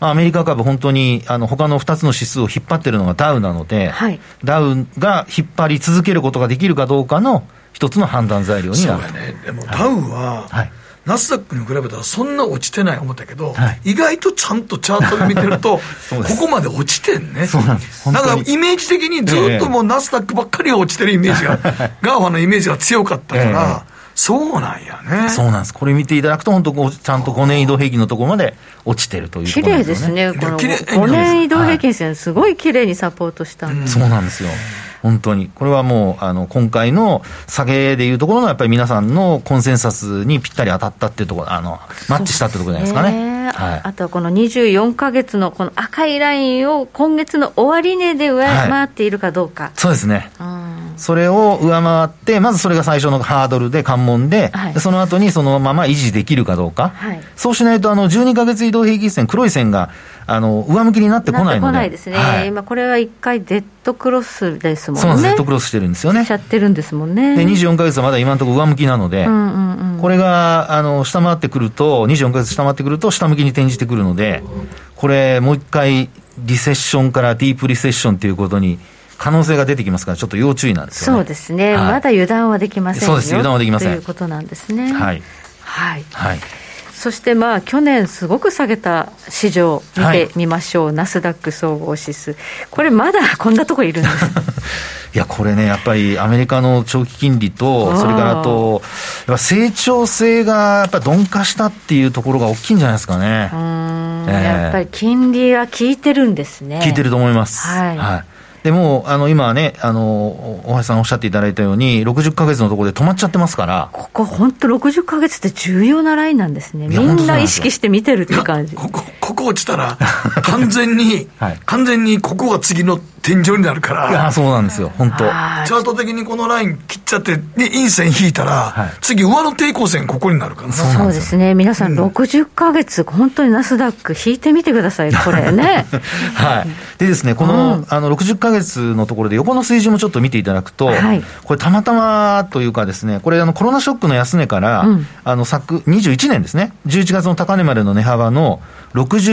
S4: まあ、アメリカ株本当に、あの、他の2つの指数を引っ張ってるのがダウなので、
S3: はい
S4: ダウが引っ張り続けることができるかどうかの一つの判断材料に
S2: そう
S4: な
S2: や
S4: る。
S2: ね、でもダウは、
S4: はい
S2: ナスダックに比べたらそんな落ちてない思ったけど、
S4: はい
S2: 意外とちゃんとチャートで見てる と、こ
S4: うです
S2: こまで落ちてんね。
S4: そうなんです
S2: だ
S4: 本当
S2: か
S4: に
S2: らイメージ的にずっともうナスダックばっかりが落ちてるイメージが、 ガーファのイメージが強かったから、そうなんやね。
S4: そうなんです。これ見ていただくと、本当こうちゃんと5年移動平均のところまで落ちてるというと
S3: 綺
S4: ころなん
S3: 麗
S4: で
S3: ですす
S4: よ
S3: ね、
S4: ね。
S3: この
S2: 綺麗
S3: 5年移動平均線、すごい綺麗にサポートしたんで
S4: そうなんですよ。本当に。これはもう、あの、今回の下げでいうところの、やっぱり皆さんのコンセンサスにぴったり当たったっていうところ、あの、マッチしたってところじゃないですかね。は
S3: あ
S4: い。
S3: とはこの24か月のこの赤いラインを今月の終値で上回っているかどうか、
S4: そうですね。
S3: うん
S4: それを上回って、まずそれが最初のハードルで関門で、
S3: はい
S4: でその後にそのまま維持できるかどうか。
S3: はい
S4: そうしないと、あの、12ヶ月移動平均線、黒い線が、あの、上向きになってこ
S3: なっ
S4: な
S3: て
S4: いの
S3: こ
S4: で。
S3: ないですね、
S4: はい
S3: 今、これは一回、デッドクロスですもんね、
S4: そうなんです。ットクロスしてるんですよね
S3: しち。ゃってるんですもんね。
S4: で、24ヶ月はまだ今のところ上向きなので、
S3: うんうんうん
S4: これがあの下回ってくると、24ヶ月下回ってくると、下向きに転じてくるので、これ、もう一回、リセッションからディープリセッションということに、可能性が出てきますから、ちょっと要注意なんですよね。
S3: そうですね、
S4: はい
S3: まだ油断はできませんよ
S4: そうです油断はできません
S3: ということなんですね。
S4: はい、
S3: はい
S4: はい、
S3: そしてまあ去年すごく下げた市場見
S4: はい
S3: てみましょう、ナスダック総合指数これまだこんなとこいるんです
S4: いや、これね、やっぱりアメリカの長期金利
S3: あ
S4: と、
S3: ー
S4: それからあと、やっぱ成長性がやっぱ鈍化したっていうところが大きいんじゃないですかね。
S3: うーん
S4: ええ
S3: やっぱり金利が効いてるんですね
S4: 聞いてると思います。
S3: はい
S4: でもうあの今はね、あの大橋さんおっしゃっていただいたように、60ヶ月のところで止まっちゃってますから、
S3: ここ本当60ヶ月って重要なラインなんですね
S4: い
S3: み
S4: や本当
S3: ん
S4: そう
S3: な
S4: なん
S3: 意
S4: ですよ
S3: 識して見てるっていう感じ
S2: ここ、ここ落ちたら、完全に、
S4: はい
S2: 完全にここが次の天井になるか
S4: いや
S2: ら、
S4: そうなんですよ、本当。
S3: はい
S2: チャート的にこのライン切っちゃって、で、陰線引いたら、
S4: はい
S2: 次上の抵抗線ここになるからな。
S3: そうですね皆さん60ヶ月本当にナスダック引いてみてくださいこれ ね
S4: はい、でですね、この,、
S3: うん
S4: あの60ヶ月のところで、横の水準もちょっと見ていただくと、
S3: はい
S4: これ、たまたまというかですね、これ、あのコロナショックの安値から、
S3: うん
S4: あの昨21年ですね、11月の高値までの値幅の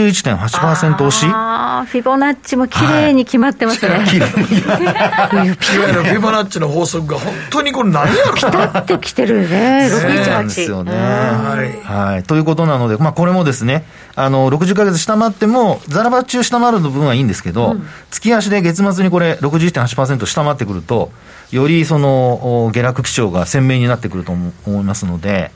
S4: 61.8%押し。
S3: あーフィボナッチも綺麗に決まってますね、
S4: 綺
S2: い
S4: 麗
S2: わゆるフィボナッチの法則が本当にこれ何やろ
S3: ピタッてきてるね、
S4: そうなんです
S3: 618
S4: よね。
S2: はい
S4: はい。ということなので、まあ、これもですね、あの、60ヶ月下回っても、ザラバ中下回る部分はいいんですけど、月足で月末にこれ、61.8%下回ってくると、よりその、お下落基調が鮮明になってくると思思いますので、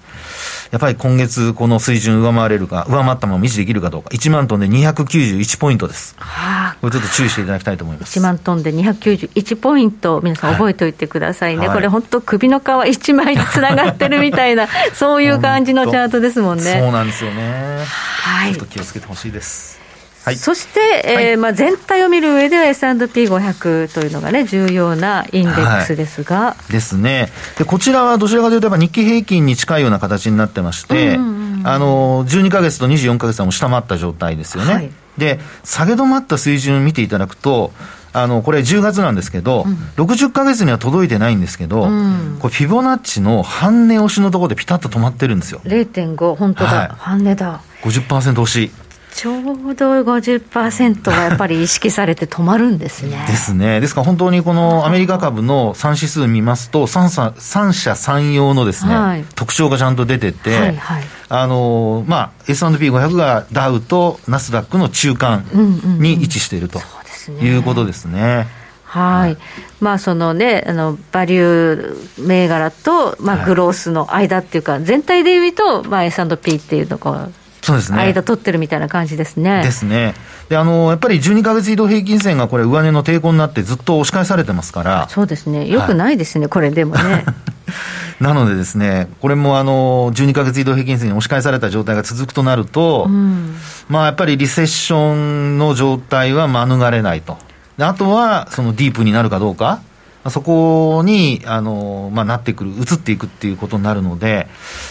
S4: やっぱり今月、この水準上回れるか、上回ったまま維持できるかどうか、1万トンで291ポイントです。
S3: はあ
S4: これちょっと注意していただきたいと思います。
S3: 1万トンで291ポイント、皆さん覚えておいてくださいね、
S4: はい
S3: これ、本当、首の皮一枚につながってるみたい な、そういう感じのチャートですもん
S4: そう
S3: ね。
S4: なんですよね。
S3: はい
S4: ちょっと気をつけてほしいです。はい。
S3: そして、えー
S4: はい
S3: まあ、全体を見る上では S&P500 というのがね、重要なインデックスですが、
S4: ですね。で、こちらはどちらかというと、やっぱ日経平均に近いような形になってまして、あの、12ヶ月と24ヶ月はもう下回った状態ですよね。
S3: はい
S4: で、下げ止まった水準を見ていただくと、あのこれ10月なんですけど、60か月には届いてないんですけど、これフィボナッチの半値押しのところでピタッと止まってるんですよ
S3: 0.5本当だ、
S4: はい
S3: 半値だ
S4: 50%押し
S3: ちょうど50%がやっぱり意識されて止まるんですね
S4: ですねですから本当にこのアメリカ株の3指数見ますと三者三者三様のですね、
S3: はい
S4: 特徴がちゃんと出てて、
S3: はいはい
S4: あのまあ、S&P500 がダウとナスダックの中間に位置していると
S3: ですね
S4: いうことですね。
S3: はい、まあそのねあのバリュー銘柄と、ま
S4: は
S3: あ、
S4: い
S3: グロースの間っていうか、全体で言うと、まあ、S&P っていうとこう
S4: そうですね
S3: 間取ってるみたいな感じですね
S4: ですね。で、あの、やっぱり12ヶ月移動平均線がこれ上値の抵抗になってずっと押し返されてますから、
S3: そうですねよくないですね、これでも ね
S4: なのでですね、これもあの、12ヶ月移動平均線に押し返された状態が続くとなると、まあやっぱりリセッションの状態は免れないと。であとは、そのディープになるかどうか、まあそこに、あの、まあなってくる、移っていくっていうことになるので、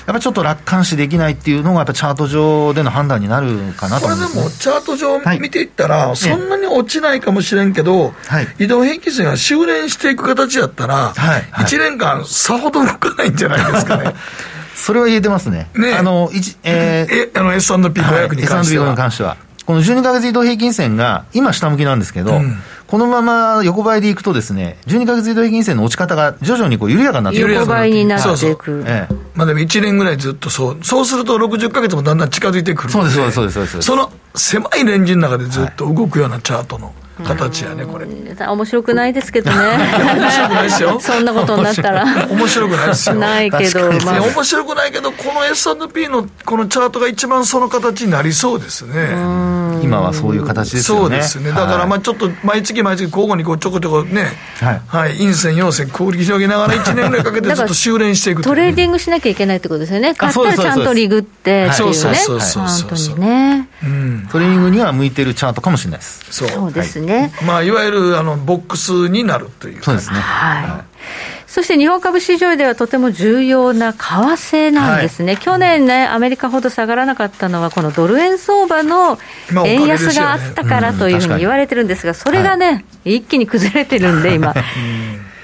S4: やっぱちょっと楽観視できないっていうのが、やっぱチャート上での判断になるかなと
S2: これ
S4: 思い
S2: で
S4: ます、ね。
S2: もチャート上
S4: はい
S2: 見ていったら、そんなに落ちないかもしれんけど、
S4: はい
S2: 移動平均線が修練していく形やったら、
S4: はいはい
S2: 1年間、さほど動かないんじゃないですかね、
S4: それは言えてますね。
S2: ねえ
S4: あの、一、 え ー
S2: えあの S&P500 に関して
S4: はい S&P
S2: は。
S4: に関しては。この12ヶ月移動平均線が、今下向きなんですけど、
S2: うん
S4: このまま横ばいでいくとですね、12ヶ月移動平均線の落ち方が徐々にこう緩やかになってく
S2: 緩
S4: る
S2: や
S3: 横
S2: か
S3: ばいにな
S2: そう
S3: っ
S2: そ
S3: て
S2: う
S3: いく
S4: ええ
S2: まあでも1年ぐらいずっとそう、そうすると60ヶ月もだんだん近づいてくる
S4: そうです、そうです、そうですそうです。
S2: その狭いレンジの中でずっと動くようなチャートの形やね、これ。面
S3: 面白くないですけどね
S2: 白くないですよ。
S3: そんなことになったら
S2: 面白くないですよ。
S3: ないけど、
S4: 確
S2: い
S3: ま
S2: や
S3: あ、
S2: 面白くないけど、この S&P のこのチャートが一番その形になりそうですね。
S4: 今はそういう形です
S2: そ
S4: よね。
S2: うですね。だから、まあ
S4: はい
S2: ちょっと毎月毎月交互にこうちょこちょこね、
S4: はい
S2: はい、陰線、陽線、繰り広げながら1年ぐらいかけて
S3: だ
S2: ずっ
S3: から
S2: と修練していくとい
S3: ト
S2: う
S3: レーディングしなきゃいけないってことですよね買った
S4: そうで
S3: ら
S4: す
S3: ちゃんとリグってってい
S2: そううそう
S3: ね
S2: そうそう
S3: 本
S2: そ
S3: 当
S2: うそう
S3: にね
S4: トレーニングには向いてるチャートかもしれないです。
S2: そう
S3: そうですね、
S2: まあいわゆるあのボックスになるという
S4: そうですね。
S3: はい、そして日本株市場ではとても重要な為替なんですね、去年ね、アメリカほど下がらなかったのは、このドル円相場の
S2: まあおかげ
S3: 円
S2: で
S3: 安
S2: すよね
S3: があったからというふう
S4: うん確か
S3: に
S4: に
S3: 言われてるんですが、それがね、一気に崩れてるんで、今、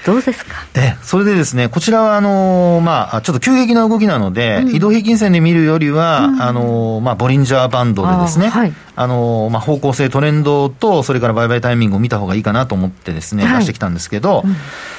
S3: どうですか、
S4: ええそれでですね、こちらは、あのーまあ、ちょっと急激な動きなので、移動平均線で見るよりは、あのーまあ、ボリンジャーバンドでですね、
S3: あー
S4: あ、
S3: はい
S4: のーまあ、方向性、トレンドと、それから売買タイミングを見た方がいいかなと思ってですね、
S3: はい
S4: 出してきたんですけど、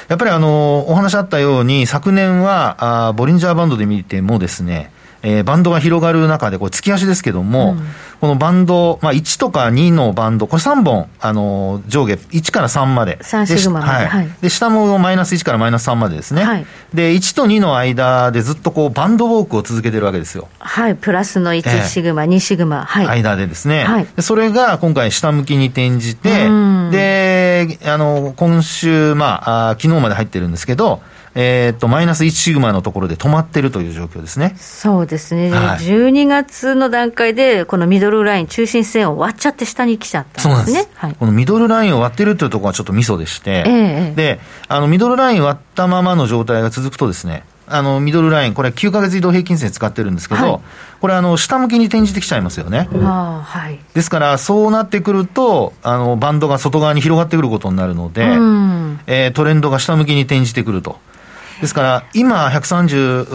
S4: やっぱりあのーお話あったように、昨年は、あーボリンジャーバンドで見てもですね、えーバンドが広がる中で、これ、月足ですけども、このバンド、まあ、1とか2のバンド、これ3本、あのー上下、1から3まで。
S3: 三
S4: で
S3: シグマまで
S4: はい
S3: はい
S4: で、下もマイナス1からマイナス3までですね。
S3: はい
S4: で、1と2の間でずっとこう、バンドウォークを続けてるわけですよ。
S3: はい、プラスの
S4: え
S3: 1
S4: え
S3: シグマ、2シグマ、はい、
S4: 間でですね、
S3: はい
S4: でそれが今回下向きに転じて、
S3: うん
S4: で、あの、今週、まあ、あー昨日まで入ってるんですけど、えーっと、マイナス1シグマのところで止まってるという状況ですね。
S3: そうですね、
S4: はい
S3: 12月の段階で、このミドルライン、中心線を割っちゃって、下に来ちゃったんですね。はい
S4: このミドルラインを割ってるというところがちょっとミソでして、
S3: ええええ
S4: で、あの、ミドルライン割ったままの状態が続くとですね、あの、ミドルライン、これ9ヶ月移動平均線使ってるんですけど、
S3: はい
S4: これ、あの、下向きに転じてきちゃいますよね。
S3: ああはい
S4: ですから、そうなってくると、あの、バンドが外側に広がってくることになるので、
S3: うん
S4: えートレンドが下向きに転じてくると。ですから、今、130、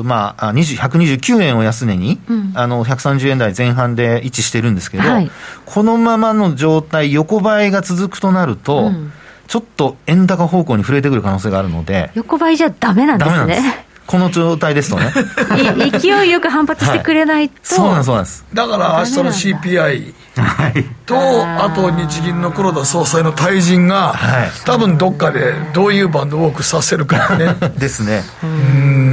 S4: うーまあ、あ20 129円を安値に、あの、130円台前半で位置してるんですけど、
S3: はい
S4: このままの状態、横ばいが続くとなると、ちょっと円高方向に触れてくる可能性があるので、
S3: 横ばいじゃダメなんで
S4: ダメ
S3: す
S4: なんです
S3: ね。
S4: この状態ですと ね。
S3: い勢いよく反発してくれないと、
S4: そうなんです、そうなんです。
S2: だから明日の CPI と、あと日銀の黒田総裁の退陣が、
S4: はい
S2: 多分どっかでどういうバンドウォークさせるかね
S4: ですね。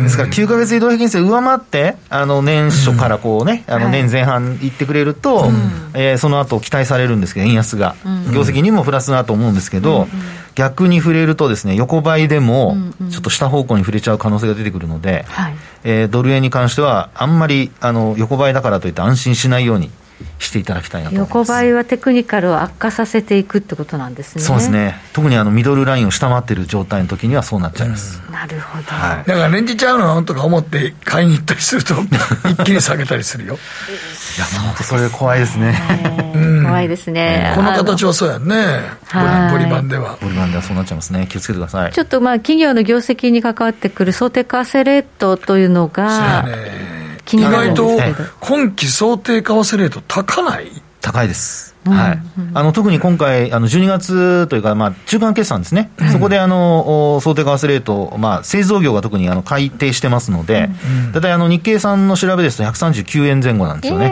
S4: ですから9ヶ月移動平均線上回って、あの年初からこうね、あの年前半行ってくれると、えーその後期待されるんですけど、円安が、業績にもプラスだと思うんですけど、逆に触れるとですね、横ばいでも、ちょっと下方向に触れちゃう可能性が出てくるので、
S3: はい
S4: えードル円に関しては、あんまりあの横ばいだからといって安心しないように。していただきたいなと思います
S3: 横ばいはテクニカルを悪化させていくってことなんですね。
S4: そうです。ね特にあのミドルラインを下回ってる状態の時にはそうなっちゃいます、
S3: なるほど。
S4: はい
S2: だからレンジちゃうのとか思って買いに行ったりする と一気に下げたりするよ
S4: いや本当それ怖いですね
S2: うん
S3: 怖いですね。
S2: この
S3: あ
S2: 形はそうやんね
S3: はい
S2: ブリバンでは
S4: ボリバンではそうなっちゃいますね気をつけてください
S3: ちょっとまあ企業の業績に関わってくる想定為替レートというのが気
S2: 意
S3: になる
S2: 外
S3: んです
S2: と
S3: けど。
S2: 今期想定為替レート高ない
S4: 高いです、はい、あの特に今回、あの12月というか、まあ、中間決算ですね、そこであのお想定為替レート、まあ、製造業が特にあの改定してますので、だいたいあの日経さんの調べですと、139円前後なんですよね、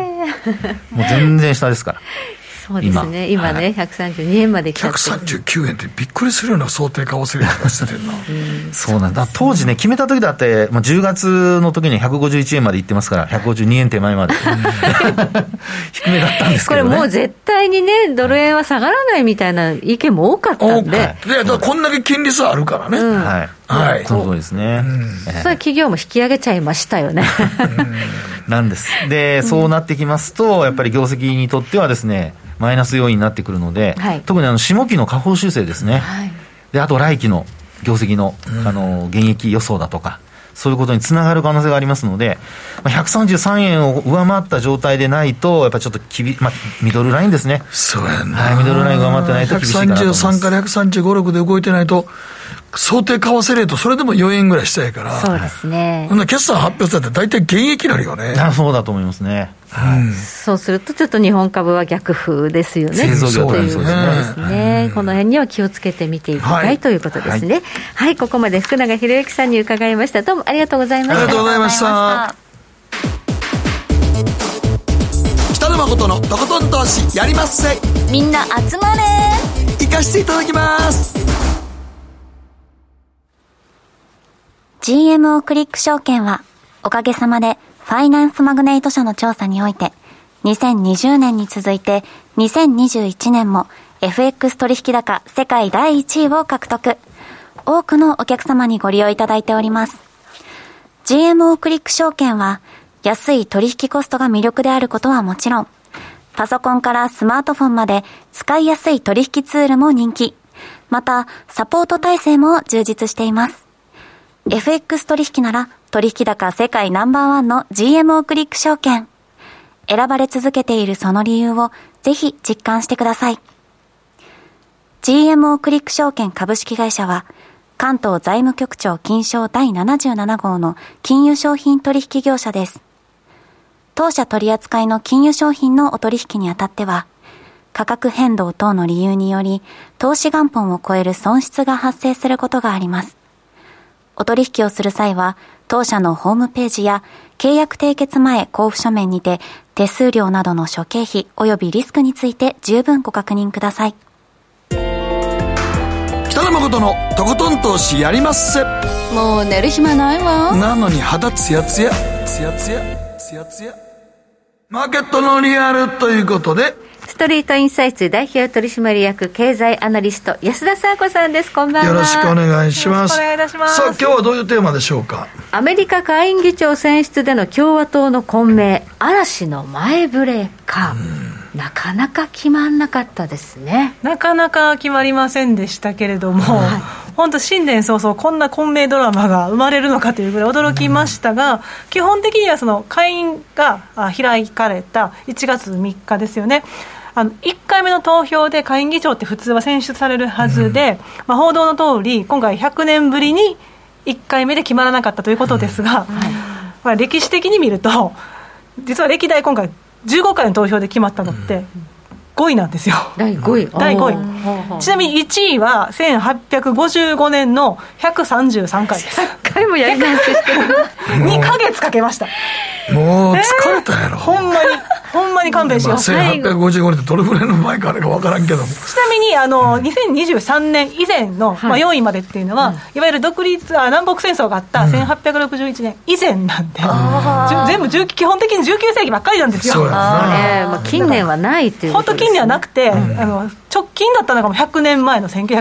S4: もう全然 下ですから、
S3: そうですね。今
S4: 今は
S3: ね、132円まで来ちゃって。
S2: 139円ってびっくりするような想定為替レートがしてるな
S4: そうなんだ、当時ね、決めた時だって、まあ、10月の時には151円まで行ってますから、152円手前まで、 低めだったんです
S3: こ
S4: け
S3: れ
S4: ど、ね、
S3: もう絶対にね、ドル円は下がらないみたいな意見も多かった
S2: 多
S3: ん
S2: く
S3: で、
S2: ていやだからこんだけ金利差あるからね、
S4: はい、
S2: はい
S4: その通りですね。
S3: そ
S4: ええ
S3: れは企業も引き上げちゃいましたよね。
S4: なんです。で、そうなってきますと、やっぱり業績にとってはですね、マイナス要因になってくるので、
S3: はい
S4: 特にあの下期の下方修正ですね、
S3: はい
S4: であと来期の業績の,、あの現役予想だとか、そういうことにつながる可能性がありますので、まあ、133円を上回った状態でないと、やっぱりちょっと厳、まあ、ミドルラインですね、
S2: そうやんな
S4: はい、ミドルライン上回ってないと厳しいかなと思います
S2: 133から135、6で動いてないと、想定為替レート、それでも4円ぐらい下やから、
S3: そうですね
S2: ほん。なら決算発表されたら大体現役になるよね。
S4: あ そうだと思いますね。
S3: そうすると、ちょっと日本株は逆風ですよね。
S4: 製造業という
S2: そう
S4: そう
S2: で
S4: ですす
S2: ね
S4: ね。
S3: ですね、この辺には気をつけて見ていきたい、
S2: はい
S3: ということですね。はい、ここまで福永博之さんに伺いました。どうもありがとうございま
S2: あり
S3: し
S2: がと
S3: た
S2: う。ございました。北野誠のとことん投資やりまっせ。
S6: みんな集まれ
S2: 行かしていただきます。
S6: GMO クリック証券は、おかげさまで、ファイナンスマグネイト社の調査において、2020年に続いて、2021年も、FX 取引高世界第1位を獲得。多くのお客様にご利用いただいております。GMO クリック証券は、安い取引コストが魅力であることはもちろん、パソコンからスマートフォンまで使いやすい取引ツールも人気。また、サポート体制も充実しています。FX 取引なら取引高世界ナンバーワンの GMO クリック証券。選ばれ続けているその理由をぜひ実感してください。GMO クリック証券株式会社は関東財務局長金賞第77号の金融商品取引業者です。当社取扱いの金融商品のお取引にあたっては、価格変動等の理由により、投資元本を超える損失が発生することがあります。お取引をする際は、当社のホームページや契約締結前交付書面にて、手数料などの諸経費及びリスクについて十分ご確認ください。
S2: 北野誠のとことん投資やりまっせ。
S6: もう寝る暇ないわ。
S2: なのに肌ツヤツヤ、ツヤツヤ、ツヤツヤ。マーケットのリアルということで、
S3: ストリートインサイツ代表取締役経済アナリスト安田沙子さんです。こんばんは。
S2: よろしくお願いします。
S5: よろしくお願いいたします
S2: さあ、今日はどういうテーマでしょうか。
S3: アメリカ下院議長選出での共和党の混迷、嵐の前触れか。なかなか決まんなかったですね。
S5: なかなか決まりませんでしたけれども、本当、新年早々、こんな混迷ドラマが生まれるのかというぐらい驚きましたが、基本的にはその会員があ開かれた1月3日ですよね。あの1回目の投票で下院議長って普通は選出されるはずで、まあ、報道の通り、今回100年ぶりに1回目で決まらなかったということですが、まあ、歴史的に見ると、実は歴代今回、15回の投票で決まったのって、5位なんですよ。
S3: 第5位。
S5: 第五位
S3: おーほうほう
S5: ちなみに1位は1855年の133 回です。
S3: 一回もやり直ししてる。
S5: 2ヶ月かけました。
S2: もう疲れたやろ。
S5: ほんまに、ほんまに勘弁し
S2: まあ、
S5: よう。ちな
S2: 1855年ってどれぐらいの前かあれか分からんけども
S5: みに、あの、2023年以前の、まあ、4位までっていうのは、いわゆる独立、あ南北戦争があった1861年以前なんで、じゅ全部19、基本的に19世紀ばっかりなんですよ。
S2: そうやんな
S3: ええまあ、近年はないっていうこ
S5: 本
S3: と
S5: 当
S3: ですね、
S5: 近年はなくて、あの直近だったのがもう100年前の1923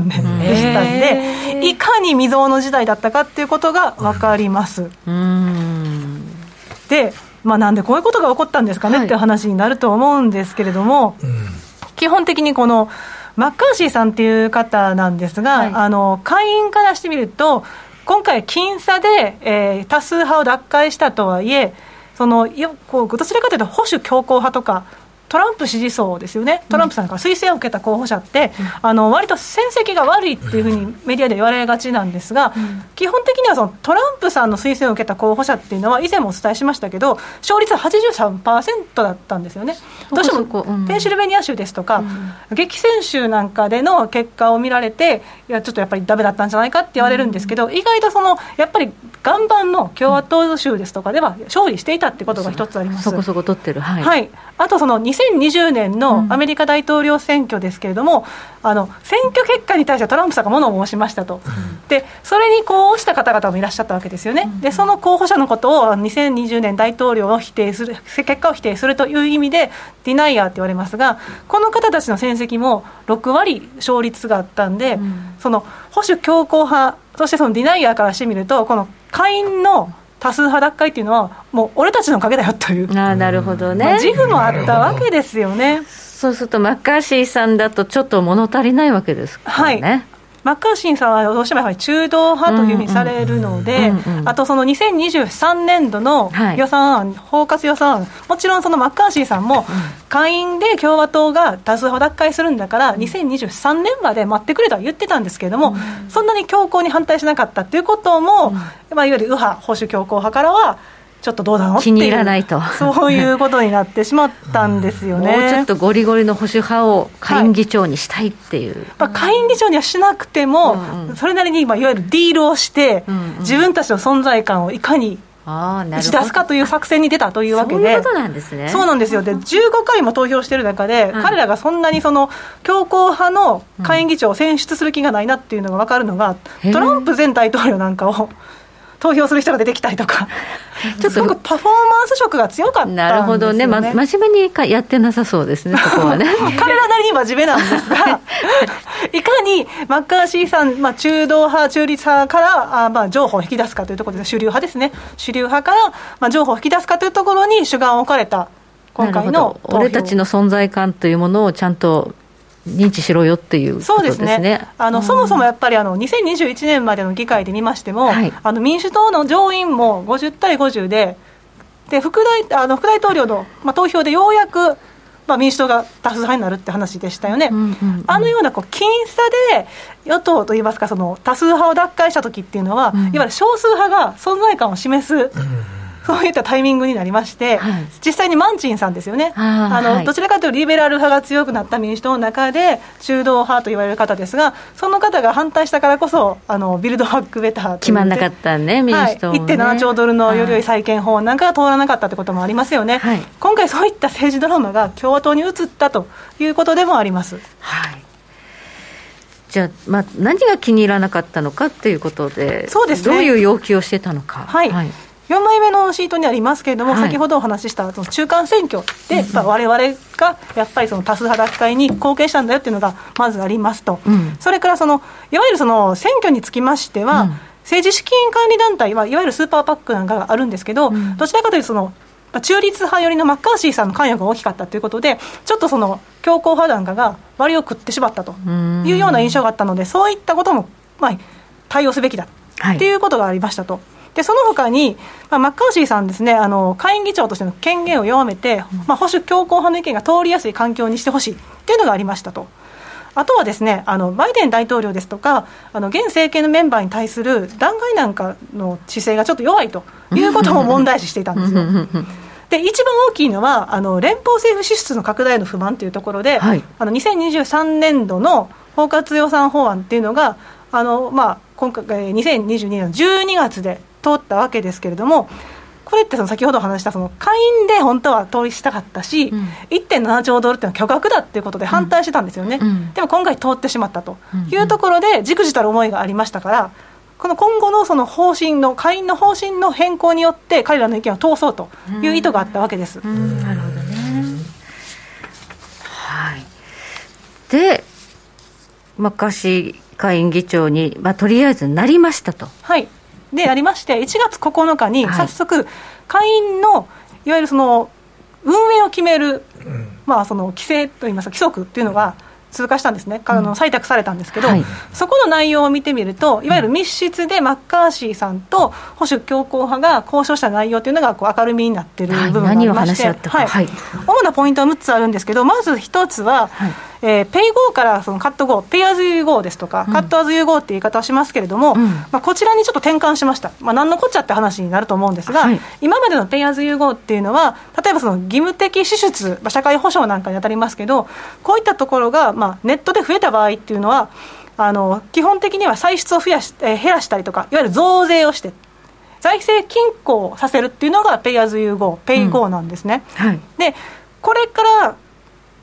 S5: 年でしたんで、いかに未曾有の時代だったかっていうことが分かります、
S3: うーん
S5: で、まあ、なんでこういうことが起こったんですかね、っていう話になるとは思うんですけれども、基本的にこのマッカーシーさんっていう方なんですが、
S3: はい
S5: あの会員からしてみると、今回、僅差で、えー多数派を奪回したとはいえ、そのよこうどちらかというと保守強硬派とか、トランプ支持層ですよね、トランプさんから推薦を受けた候補者って、あの割と戦績が悪いっていうふうにメディアで言われがちなんですが、基本的にはそのトランプさんの推薦を受けた候補者っていうのは、以前もお伝えしましたけど、勝率は83%だったんですよね。どうして
S3: そこ
S5: も
S3: そこうん
S5: ペンシルベニア州ですとか、激戦州なんかでの結果を見られて、いや、ちょっとやっぱりダメだったんじゃないかって言われるんですけど、意外とそのやっぱり岩盤の共和党州ですとかでは勝利していたってことが一つあります。
S3: そこそこ取ってるはい、
S5: はい、あとその2020年のアメリカ大統領選挙ですけれども、あの選挙結果に対してトランプさんが物を申しましたと、でそれにこうした方々もいらっしゃったわけですよね、でその候補者のことをあの2020年大統領を否定する、結果を否定するという意味で、ディナイアーって言われますが、この方たちの戦績も6割勝率があったんで、その保守強硬派、そしてそのディナイアーからしてみると、この下院の多数派奪回っていうのは、もう俺たちのおかげだよという。
S3: ああなるほど
S5: まあ
S3: ね
S5: 自負もあったわけですよね。
S3: そうするとマッカーシーさんだとちょっと物足りないわけですからね、
S5: はマッカーシーさんはどうしてもやはり中道派というふうにされるので、
S3: うんうん
S5: あとその2023年度の
S3: はい
S5: 予算案、包括予算案、もちろんそのマッカーシーさんも、下院で共和党が多数派奪回するんだから、2023年まで待ってくれとは言ってたんですけれども、そんなに強硬に反対しなかったということも、まあ、いわゆる右派、保守強硬派からは、ちょっとどうだろうっていう
S3: 気に入らないと
S5: そういうことになってしまったんですよ ね。
S3: もうちょっとゴリゴリの保守派を下院議長にしたいっていう、
S5: まあ、下院議長にはしなくても、
S3: うんうん
S5: それなりに、まあ、いわゆるディールをして、
S3: うんうん
S5: 自分たちの存在感をいかに
S3: ああなる
S5: 打
S3: ほ
S5: ち
S3: ど
S5: 出すかという作戦に出たというわけ
S3: そうい
S5: で
S3: うこ。となんですね
S5: そうなんですよで15回も投票している中で、
S3: うん
S5: 彼らがそんなにその強硬派の下院議長を選出する気がないなっていうのが分かるのが、
S3: へえ
S5: トランプ前大統領なんかを投票する人が出てきたり とか、
S3: ちょっ
S5: すごく
S3: と
S5: パフォーマンス色が強かったんですよ、ね、
S3: なるほどねま真面目にかやってなさそう ですねそこはね
S5: 彼らなりに真面目なんですが、いかにマッカーシーさん、まあ、中道派、中立派からあまあ譲歩を引き出すかというところです、主流派ですね、主流派からまあ譲歩を引き出すかというところに主眼を置かれた、今回
S3: なる
S5: の
S3: ほど俺たちの存在感というものをちゃんと認知しろよっていうこ
S5: そう
S3: と
S5: で
S3: です
S5: す
S3: ね
S5: ねあのそもそもやっぱりあの2021年までの議会で見ましても、
S3: はい
S5: あの民主党の上院も50対50で、で副大あの副大統領の、まあ、投票でようやく、まあ、民主党が多数派になるって話でしたよね、
S3: うんうんうん
S5: あのようなこう僅差で与党といいますか、その多数派を奪回した時っていうのは、
S3: ん
S5: いわゆる少数派が存在感を示す。そういったタイミングになりまして、
S3: はい
S5: 実際にマンチンさんですよね、
S3: あー
S5: あの
S3: はい
S5: どちらかというとリベラル派が強くなった民主党の中で、中道派と言われる方ですが、その方が反対したからこそ、あのビルド・バック・ベターという
S3: 決まんなかったね民主党もね
S5: はい、1.7兆ドルのより良い債権法なんかが通らなかったってこともありますよね、
S3: はい
S5: 今回、そういった政治ドラマが共和党に移ったということでもあります。
S3: はいじゃあ、まあ、何が気に入らなかったのかっていうことで
S5: そうですね
S3: どういう要求をしてたのか
S5: はい4枚目のシートにありますけれども、
S3: はい
S5: 先ほどお話ししたその中間選挙で、まあ、我々がやっぱりその多数派奪回に貢献したんだよっていうのがまずありますと、
S3: うん
S5: それからそのいわゆるその選挙につきましては、
S3: うん
S5: 政治資金管理団体は、いわゆるスーパーパックなんかがあるんですけど、どちらかというとその、まあ中立派寄りのマッカーシーさんの関与が大きかったということで、ちょっとその強硬派なんかが割を食ってしまったというような印象があったので、そういったことも、まあ、対応すべきだ
S3: はい
S5: っていうことがありましたと。でその他に、まあ、マッカーシーさんですねあの、下院議長としての権限を弱めて、まあ、保守強硬派の意見が通りやすい環境にしてほしいっていうのがありましたと、あとはですねあのバイデン大統領ですとか、あの現政権のメンバーに対する弾劾なんかの姿勢がちょっと弱いということも問題視していたんですよ。で一番大きいのはあの連邦政府支出の拡大への不満というところで、
S3: はい
S5: あの2023年度の包括予算法案っていうのがあの、まあ、今回えー2022年の12月で通ったわけですけれどもこれってその先ほどお話したその会員で本当は通りしたかったし、
S3: ん
S5: 1.7兆ドルっていうのは巨額だっていうことで反対してたんですよね、
S3: うんうん
S5: でも今回通ってしまったというところでじくじたる思いがありましたからこの今後のその方針の会員の方針の変更によって彼らの意見を通そうという意図があったわけです。
S3: なるほどね。はい。で、マッカーシー下院議長に、まあ、とりあえずなりましたと。
S5: はいでありまして1月9日に早速会員のいわゆるその運営を決める、まあ、その規制といいますか規則というのが通過したんですね、あの採択されたんですけど、
S3: はい
S5: そこの内容を見てみると、いわゆる密室でマッカーシーさんと保守強硬派が交渉した内容というのがこう明るみになってる
S3: はい
S5: 部分がありま
S3: 何を
S5: して、
S3: 話し合ったかはい
S5: 主なポイントは6つあるんですけど、まず1つは、
S3: はい
S5: えーペイゴーからそのカットゴー、ペイアズユーゴーですとか、カットアズユーゴーっていう言い方をしますけれども、
S3: うん
S5: まあ、こちらにちょっと転換しました、まあ、何のこっちゃって話になると思うんですが、
S3: はい
S5: 今までのペイアズユーゴーっていうのは、例えばその義務的支出、まあ、社会保障なんかに当たりますけど、こういったところが、まあ、ネットで増えた場合っていうのは、あの基本的には歳出を増やし、えー減らしたりとか、いわゆる増税をして、財政均衡をさせるっていうのがペイアズユーゴー、ペイゴーなんですね。
S3: はい
S5: でこれから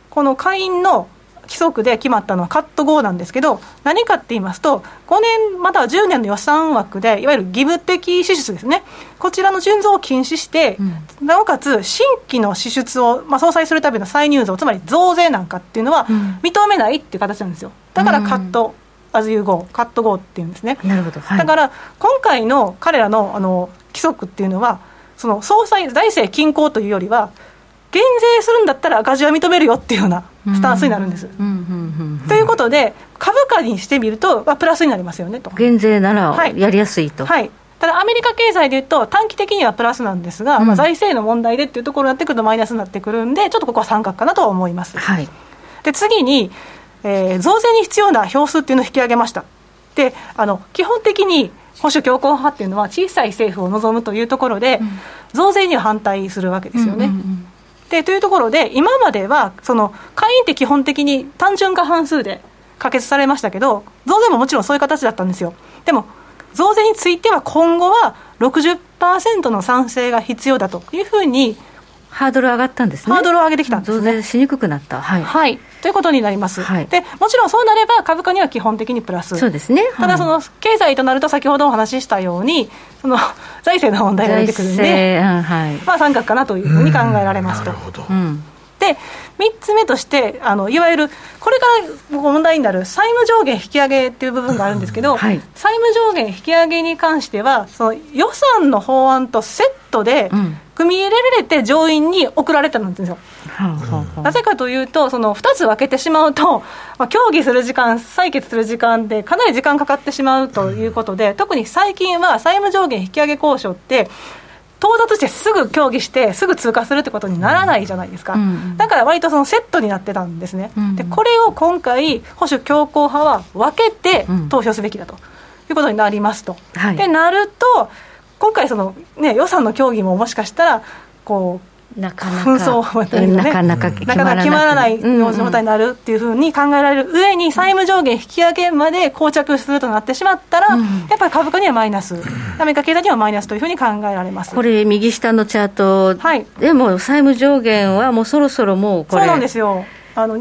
S5: この会員の規則で決まったのはカット5なんですけど何かって言いますと5年または10年の予算枠でいわゆる義務的支出ですねこちらの純増を禁止して、なおかつ新規の支出を、まあ、相殺するための再入増つまり増税なんかっていうのは
S3: ん
S5: 認めないっていう形なんですよだからカット、アズユーゴーカット5っていうんですね
S3: なるほど、はい、
S5: だからら今回の彼らのあの規則っていうのは、その総裁、財政均衡というよりは、減税するんだったら赤字は認めるよっていうようなスタンスになるんです。
S3: うんうんうん
S5: ということで、株価にしてみると、まあ、プラスになりますよねと。
S3: 減税なら
S5: はい
S3: やりやすいと、
S5: はいただアメリカ経済でいうと、短期的にはプラスなんですが、
S3: うん
S5: まあ、財政の問題でっていうところになってくると、マイナスになってくるんで、ちょっとここは三角かなとは思います。
S3: はい
S5: で次に、えー増税に必要な票数っていうのを引き上げましたであの基本的に保守強硬派っていうのは小さい政府を望むというところで、増税には反対するわけですよね、
S3: うんうんうん
S5: でというところで今まではその会員って基本的に単純化半数で可決されましたけど増税ももちろんそういう形だったんですよでも増税については今後は60%の賛成が必要だというふうに
S3: ハードル上がったんですね
S5: ハードルを上げてきたんですね
S3: 増税しにくくなったはい、
S5: はい、ということになります、
S3: はい
S5: でもちろんそうなれば株価には基本的にプラス
S3: そうですね
S5: ただそ
S3: はい
S5: の経済となると先ほどお話ししたように その財政の問題が
S3: 財
S5: 出てくるんで、
S3: 政、うん、はい、
S5: まあ、三角かなというふうに考えられますと
S2: なる。ほど
S3: うん、
S5: で3つ目としてあのいわゆるこれから問題になる債務上限引き上げという部分があるんですけど、
S3: はい
S5: 債務上限引き上げに関してはその予算の法案とセットで
S3: うん
S5: 組み入れられて上院に送られたんですよ。
S3: はあはあはあ
S5: なぜかというと、その2つ分けてしまうと、 まあ、協議する時間、採決する時間で、かなり時間かかってしまうということで、特に最近は債務上限引き上げ交渉って、到達してすぐ協議して、すぐ通過するってことにならないじゃないですか、
S3: うんうん
S5: だから割とそのセットになってたんですね、
S3: うんうん
S5: でこれを今回、保守強硬派は分けて
S3: うん
S5: 投票すべきだということになりますと。
S3: はい
S5: でなると、今回その、ね、予算の協議ももしかしたら、こう
S3: なかなか
S5: 紛争は
S3: うんなかなか決ま
S5: な
S3: な
S5: からなか
S3: い
S5: 決まらない状態になるっていうふうに考えられる上に債務上限引き上げまで膠着するとなってしまったら、
S3: うん
S5: やっぱり株価にはマイナス、アメリカ経済にはマイナスというふうに考えられます。
S3: これ右下のチャート、
S5: はい
S3: でも債務上限はもうそろそろもうこ
S5: そ
S3: れ
S5: うなんですよあの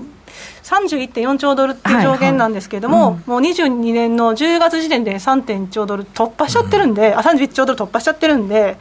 S5: 31.4兆ドルっていう上限なんですけれど
S3: はい
S5: も、
S3: はいうん
S5: もう22年の10月時点で3.1兆ドル突破しちゃってるんで、あ31兆ドル突破しちゃってるんで、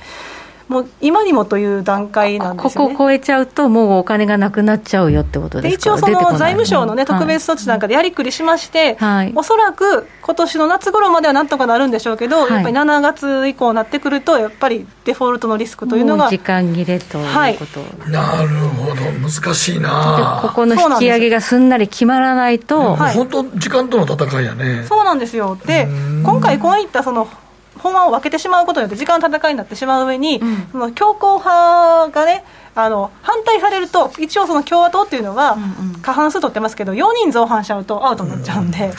S5: もう今にもという段階なんで
S3: こ
S5: すよね。
S3: こ超えちゃうともうお金がなくなっちゃうよってこと
S5: で
S3: です
S5: 一
S3: か
S5: 応、その財務省の、ね、特
S3: 措
S5: 別措置なんかでやりくりしまして、
S3: はい
S5: おそらく今年の夏頃まではなんとかなるんでしょうけど、
S3: はい
S5: やっぱり7月以降になってくると、やっぱりデフォルトのリスクというのが、
S3: 時間切れということ、
S2: なるほど難しいな
S3: でここの引き上げがすんなり決まらないと、
S5: はい
S2: もう本当時間との戦いやね
S5: そうなんですよ、で今回、こういったその法案を分けてしまうことによって、時間の戦いになってしまう上に、
S3: ん
S5: その強硬派がね、あの反対されると、一応、その共和党っていうのは、過半数取ってますけど、4人造反しちゃうとアウトになっちゃうんで、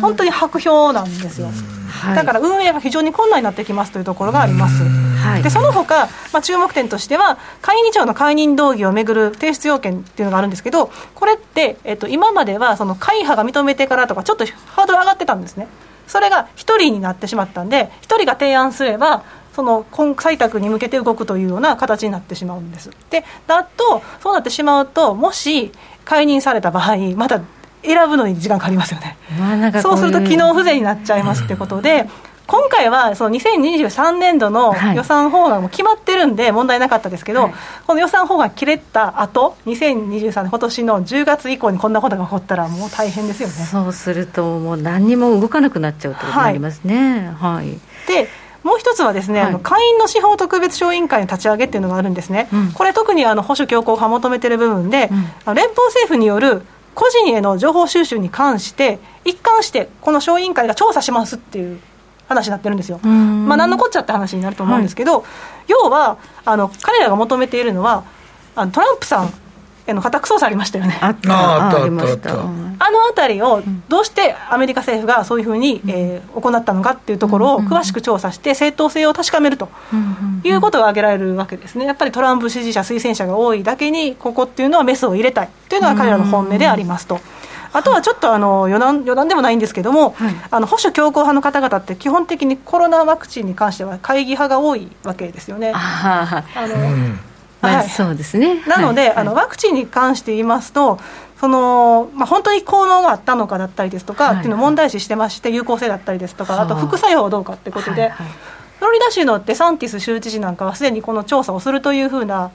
S5: 本当に白票なんですよ。
S3: はい
S5: だから運営が非常に困難になってきますというところがあります。
S3: はい
S5: でその他、まあ、注目点としては、会議長の解任動議をめぐる提出要件っていうのがあるんですけど、これって、えっと、今まではその会派が認めてからとか、ちょっとハードル上がってたんですね、それが1人になってしまったんで、1人が提案すれば、その今採択に向けて動くというような形になってしまうんです。でだと、そうなってしまうと、もし解任された場合、また選ぶのに時間かかりますよね。
S3: まあなんかこい
S5: そう
S3: う
S5: うすると機能不全になっちゃいますってことで。今回はその2023年度の
S3: はい
S5: 予算法案も決まってるんで問題なかったですけど、
S3: はい
S5: この予算法案切れた後2023年今年の10月以降にこんなことが起こったらもう大変ですよね。
S3: そうするともう何にも動かなくなっちゃうということになりますねはい、
S5: でもう一つはですね、あの会員の司法特別小委員会の立ち上げっていうのがあるんですね、これ特にあの保守強硬派を求めてる部分で、あの連邦政府による個人への情報収集に関して一貫してこの小委員会が調査しますっていう話になってるんですよ、まあ、何のこっちゃって話になると思うんですけど、要はあの彼らが求めているのはあのトランプさんへの家宅捜査ありましたよね
S3: あった
S2: ああった
S3: ありまし
S2: あった
S3: た
S2: あった
S3: うん
S5: あの辺りをどうしてアメリカ政府がそういうふうに、えー行ったのかっていうところを詳しく調査して正当性を確かめるということが挙げられるわけですねやっぱりトランプ支持者推薦者が多いだけにここっていうのはメスを入れたいというのが彼らの本音でありますと。あとはちょっとあの余談余談でもないんですけども、あの保守強硬派の方々って基本的にコロナワクチンに関しては懐疑派が多いわけですよね。
S3: あはい
S5: あの
S2: うん
S3: ま
S5: は
S3: あ
S5: い
S3: そうですね
S5: なので、
S3: はい
S5: あのワクチンに関して言いますと、そのまあ、本当に効能があったのかだったりですとか、
S3: はい
S5: っていうのを問題視してまして、有効性だったりですとか、あと
S3: はあ
S5: 副作用はどうかってことで、
S3: はいはい
S5: フロリダ州のデサンティス州知事なんかは、すでにこの調査をするというふうな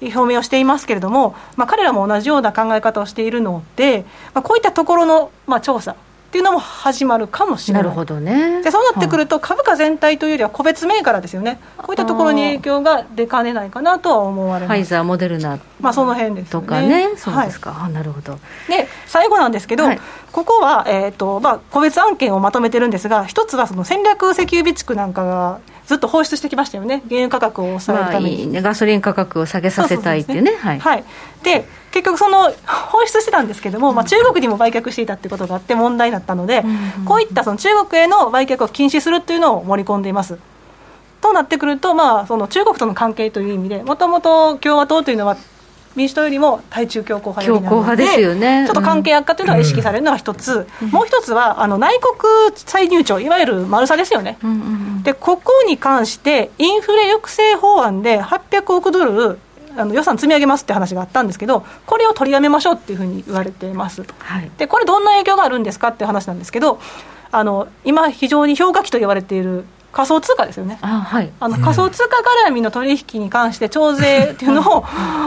S5: 表明をしていますけれども、まあ、彼らも同じような考え方をしているので、まあ、こういったところの、まあ、調査っていうのも始まるかもしれな。
S3: ないるほどね
S5: でそうなってくると株価全体というよりは個別銘柄ですよね、こういったところに影響が出かねないかなとは思われ
S3: はい
S5: ます。
S3: ファイザーモデルナ
S5: まあその辺ですよ
S3: とか
S5: ね
S3: ねそうです
S5: は
S3: かあなるほど
S5: い、で最後なんですけど、
S3: はい
S5: ここは、えーとまあ、個別案件をまとめてるんですが一つはその戦略石油備蓄なんかがずっと放出してきましたよね原油価格を抑える
S3: まあ
S5: ために。
S3: いいねガソリン価格を下げさせたいっていうね
S5: そそそ
S3: は
S5: です
S3: い
S5: で結局その放出してたんですけども、まあ、中国にも売却していたってことがあって問題だったので、こういったその中国への売却を禁止するというのを盛り込んでいます。となってくると、まあ、その中国との関係という意味でもともと共和党というのは民主党よりも対中強硬派よりなの
S3: 強硬派ですよね
S5: ちょっと関係悪化というのが意識されるのが一つ、もう一つはあの内国再入庁いわゆる丸さですよね、でここに関してインフレ抑制法案で800億ドルあの予算積み上げますって話があったんですけどこれを取りやめましょうっていうふうに言われています
S3: はい
S5: でこれどんな影響があるんですかっていう話なんですけどあの今非常に氷河期と言われている仮想通貨ですよね
S3: あはい
S5: あの仮想通貨絡みの取引に関して徴税っていうのを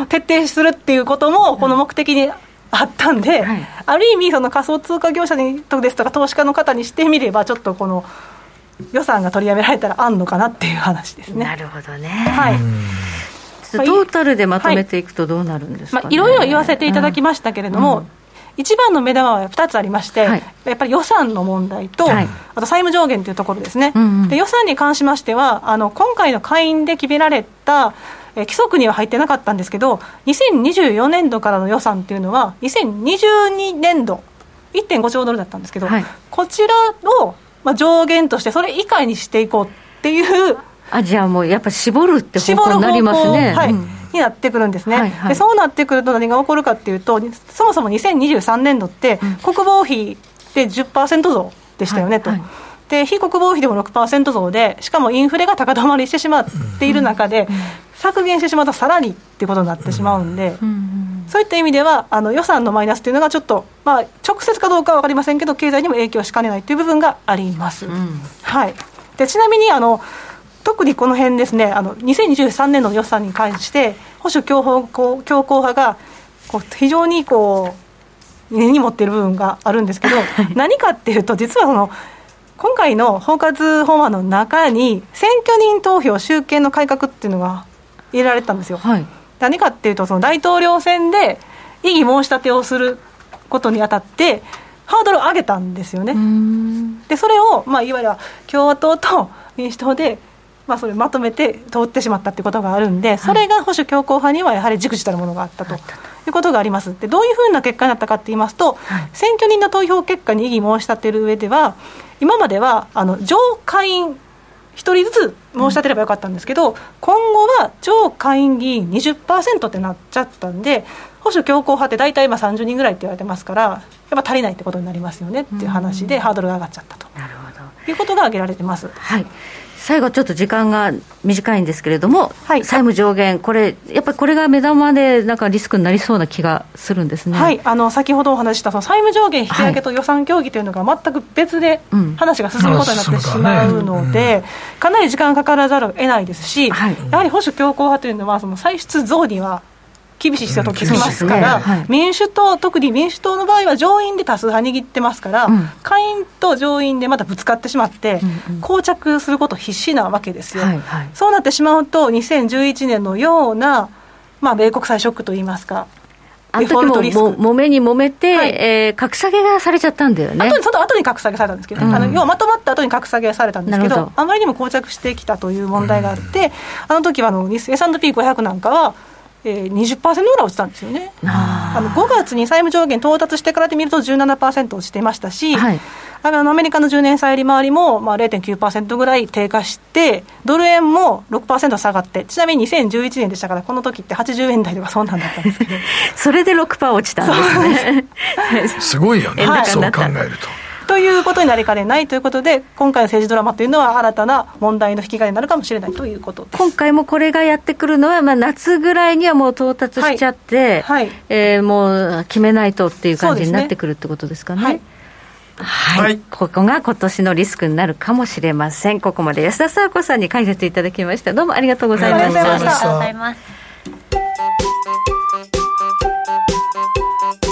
S5: 徹底するっていうこともこの目的にあったんで、
S3: はい
S5: ある意味その仮想通貨業者にとですとか投資家の方にしてみればちょっとこの予算が取りやめられたらあんのかなっていう話ですね。
S3: なるほどね
S5: はい
S3: ちょっとトータルでまとめていくとどうなるんですか
S5: ま
S3: ね
S5: あ、いろいろ言わせていただきましたけれども、一番の目玉は2つありまして、
S3: はい
S5: やっぱり予算の問題と、
S3: はい
S5: あと債務上限というところですね、
S3: うんうん
S5: で予算に関しましては、あの今回の会員で決められた、えー規則には入ってなかったんですけど、2024年度からの予算というのは、2022年度、1.5兆ドルだったんですけど、
S3: はい
S5: こちらを、まあ、上限として、それ以下にしていこうっていう
S3: あじゃあもうやっぱ絞るって方
S5: 絞
S3: 向
S5: る
S3: に
S5: 方
S3: な
S5: 向
S3: りますね、
S5: はい
S3: うん
S5: になってくるんですね、
S3: はいはい
S5: でそうなってくると何が起こるかっていうとそもそも2023年度って国防費で10%増でしたよね、
S3: はい
S5: と。
S3: はい
S5: で非国防費でも6%増で、しかもインフレが高止まりしてしまっている中で、削減してしまうとさらにっていうことになってしまうんで、そういった意味では、あの予算のマイナスというのが、ちょっと、まあ、直接かどうかは分かりませんけど、経済にも影響しかねないという部分があります。はい、でちなみにあの特にこの辺ですねあの、2023年度の予算に関して、保守強硬強強硬派がこう非常にこう根に持っている部分があるんですけど、何かっていうと、実はその今回の包括法案の中に、選挙人投票集権の改革っていうのが入れられてたんですよ。
S3: はい
S5: 何かっていうとその大統領選で異議申し立てをすることにあたってハードルを上げたんですよねでそれを、まあ、いわゆる共和党と民主党で、まあ、それまとめて通ってしまったってことがあるんでそれが保守強硬派にはやはり忸怩たるものがあったと。いうことがありますでどういうふうな結果になったかって言いますと、選挙人の投票結果に異議申し立てる上では今まではあの上下院一人ずつ申し立てればよかったんですけど、今後は上下院議員20%ってなっちゃったんで、保守強硬派って大体今30人ぐらいって言われてますから、やっぱ足りないってことになりますよねっていう話で、ハードルが上がっちゃったと
S3: なるほど
S5: いうことが挙げられてます。
S3: はい最後ちょっと時間が短いんですけれども、
S5: はい
S3: 債務上限これやっぱりこれが目玉でなんかリスクになりそうな気がするんですね
S5: はい、あの先ほどお話ししたその債務上限引き上
S3: はい
S5: げと予算協議というのが全く別で
S3: うん
S5: 話が進むことになってしまうので、かなり時間かからざるを得ないですし、
S3: はい
S5: やはり保守強硬派というのは、その歳出増には厳しい人は取ってきますから、
S3: うん厳しいですねはい
S5: 民主党、特に民主党の場合は上院で多数派握ってますから、
S3: うん
S5: 下院と上院でまたぶつかってしまって、
S3: うんうん
S5: 膠着すること必死なわけですよ。
S3: はいはい
S5: そうなってしまうと、2011年のような、まあ、米国債ショックといいますか、
S3: あの時
S5: デフォル
S3: も
S5: トリスク
S3: も揉めに揉めて、
S5: はい
S3: えー格下げがされちゃったんだよね
S5: 後にその後に格下げされたんですけど、
S3: うん
S5: あの要はまとまった後に格下げされたんですけ
S3: な
S5: ど
S3: るほど
S5: あまりにも膠着してきたという問題があって、あの時はあの S&P500 なんかは、えー、20%ぐらい落ちたんですよね。あの5月に債務上限到達してからで見ると17%落ちてましたし、
S3: はい
S5: あのアメリカの10年債利回りもまあ0.9%ぐらい低下して、ドル円も6%下がって、ちなみに2011年でしたから、この時って80円台ではそんなんだったんですけど、
S3: それで6%落ちたんですね
S2: すごいよね、
S5: はい
S2: そう考えると。
S5: ということになりかねないということで、今回の政治ドラマというのは、新たな問題の引き金になるかもしれないということです。
S3: 今回もこれがやってくるのは、まあ、夏ぐらいにはもう到達しちゃって、
S5: はいはい
S3: えーもう決めないとっていう感じになってくるってことですかね。
S5: はい
S3: はい、
S2: はい
S3: ここが今年のリスクになるかもしれません。ここまで安田沙子さんに解説いただきました。どうもありがとうございま
S5: あり
S3: し
S5: がとうございました
S3: た。
S2: ありがとうござい
S6: ます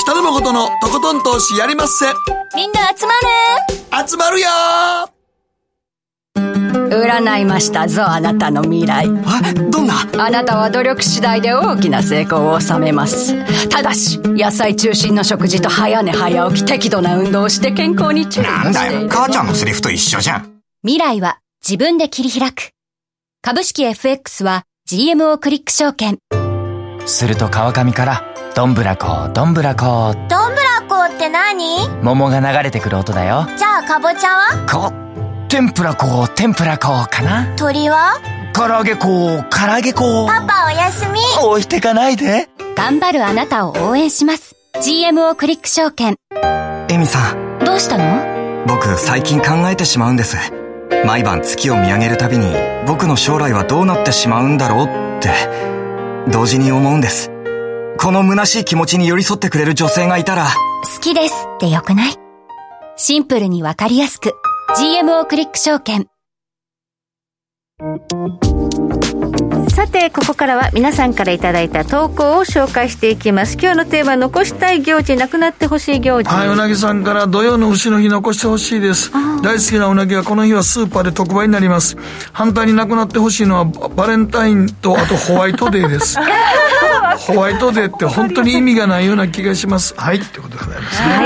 S2: 北野誠のとことん投資やりまっせ
S6: みんな集ま
S2: 集まるよ
S10: 占いましたぞあなたの未来
S7: あどんな
S10: あなたは努力次第で大きな成功を収めますただし野菜中心の食事と早寝早起き適度な運動をして健康に注意を
S8: なんだ
S10: してい
S8: よ
S10: る
S8: 母ちゃんのセリフと一緒じゃん
S6: 未来は自分で切り開く。株式 FX は GMO クリック証券。
S11: すると川上から「どんぶらこどんぶらこ
S9: どんぶらこって何」
S11: 桃が流れてくる音だよ
S9: じゃあかぼちゃは
S11: こ天ぷらこ天ぷらこかな
S9: 鳥は
S11: 唐揚げこ唐揚げこ
S9: パパおやすみ
S11: 置いてかないで
S6: 頑張るあなたを応援します。GMO クリック証券。
S8: エミさん
S6: どうしたの
S8: 僕最近考えてしまうんです毎晩月を見上げるたびに僕の将来はどうなってしまうんだろうって同時に思うんですこの虚しい気持ちに寄り添ってくれる女性がいたら
S6: 好きですってよくないシンプルにわかりやすく。GMO クリック証券。
S3: さてここからは皆さんからいただいた投稿を紹介していきます今日のテーマ残したい行事なくなってほしい行事、
S2: はいうなぎさんから土曜の牛の日残してほしいです大好きなうなぎはこの日はスーパーで特売になります反対になくなってほしいのはババレンタインとあとホワイトデーです ホワイトデーって本当に意味がないような気がしますはいってことでございますね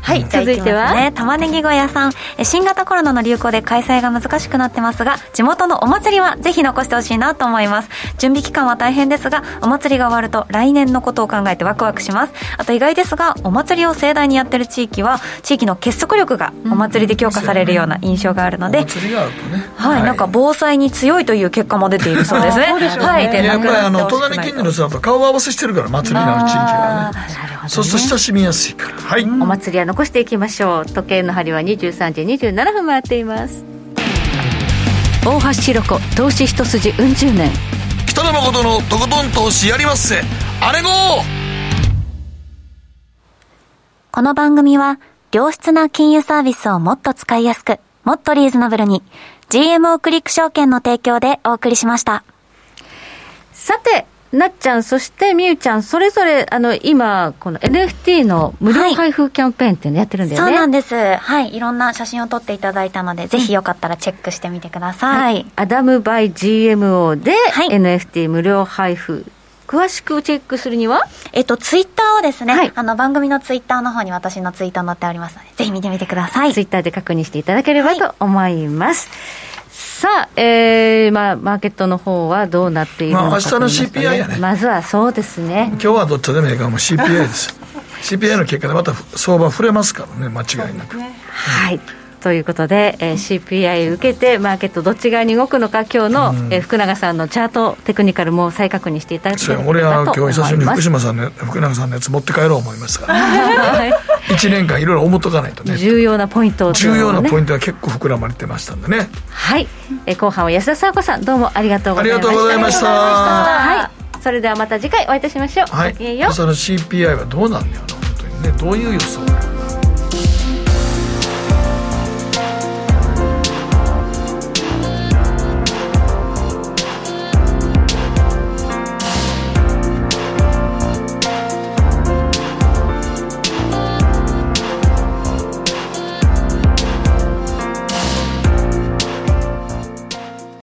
S3: はい、はい、続いては、
S6: ね、玉ねぎ小屋さんえ新型コロナの流行で開催が難しくなってますが地元のお祭りはぜひ残してほしいなと思います準備期間は大変ですがお祭りが終わると来年のことを考えてワクワクしますあと意外ですがお祭りを盛大にやってる地域は地域の結束力がお祭りで強化されるような印象があるので、
S2: お祭りがあるとね
S6: はい、なんか防災に強いという結果も出ているそうですね
S5: そうでしょうね
S6: はいで
S2: いや
S6: な
S2: やっ
S6: く
S2: ぱり
S6: な
S2: あ
S6: って
S2: の
S6: ほしくない
S2: 隣近所の人だと顔合わせしてるから祭りのある地域はねそうすると親しみやすいからはい、
S3: お祭りは残していきましょう時計の針は23時27分回っています
S10: 大橋ひろ子投資一筋うん十年
S2: 北野誠のとことん投資やりまっせあれご
S6: この番組は、良質な金融サービスをもっと使いやすく、もっとリーズナブルに、GMO クリック証券の提供でお送りしました。
S3: さてなっちゃんそしてみゆちゃんそれぞれあの今この NFT の無料配布キャンペーンっていうのやってるんだよ
S6: そう
S3: ね、
S6: なんです。はい。いろんな写真を撮っていただいたので、ぜひよかったらチェックしてみてください。
S3: アダム・バイ・ GMO で
S6: はい
S3: NFT 無料配布詳しくチェックするには
S6: えっと、ツイッターをですね、
S3: はい
S6: あの、番組のツイッターの方に私のツイート載っておりますので、ぜひ見てみてください。
S3: ツイッターで確認していただければと思います、さあ、えーまあ、マーケットの方はどうなっているのか
S2: まあ明日の
S3: と言いますと
S2: CPI やね
S3: まずはそうですね
S2: 今日はどっちでもいいからも う CPI です CPI の結果でまた相場触れますからね間違いなく
S3: はいということで、えー CPI 受けてマーケットどっち側に動くのか今日の、えー福永さんのチャートテクニカルも再確認していただけ
S2: そ
S3: れ
S2: うや
S3: ばと思い
S2: 俺は
S3: ます
S2: 今日久しぶりに福島さんのや福永さんのやつ持って帰ろう思いましたから1年間いろいろ思っとかないと
S3: はい
S2: ね
S3: 重要なポイントを
S2: 重要なポイ
S3: ント
S2: ントが結構膨らまれてましたんでね
S3: はい、えー後半は安田沙子さんどうもありがとうございました
S2: ありがとうございました
S3: はい、それではまた次回お会いいたしましょう、
S2: は
S3: ごきげんよう
S2: いその CPI はどうなんだよな本当にねどういう予想があるのか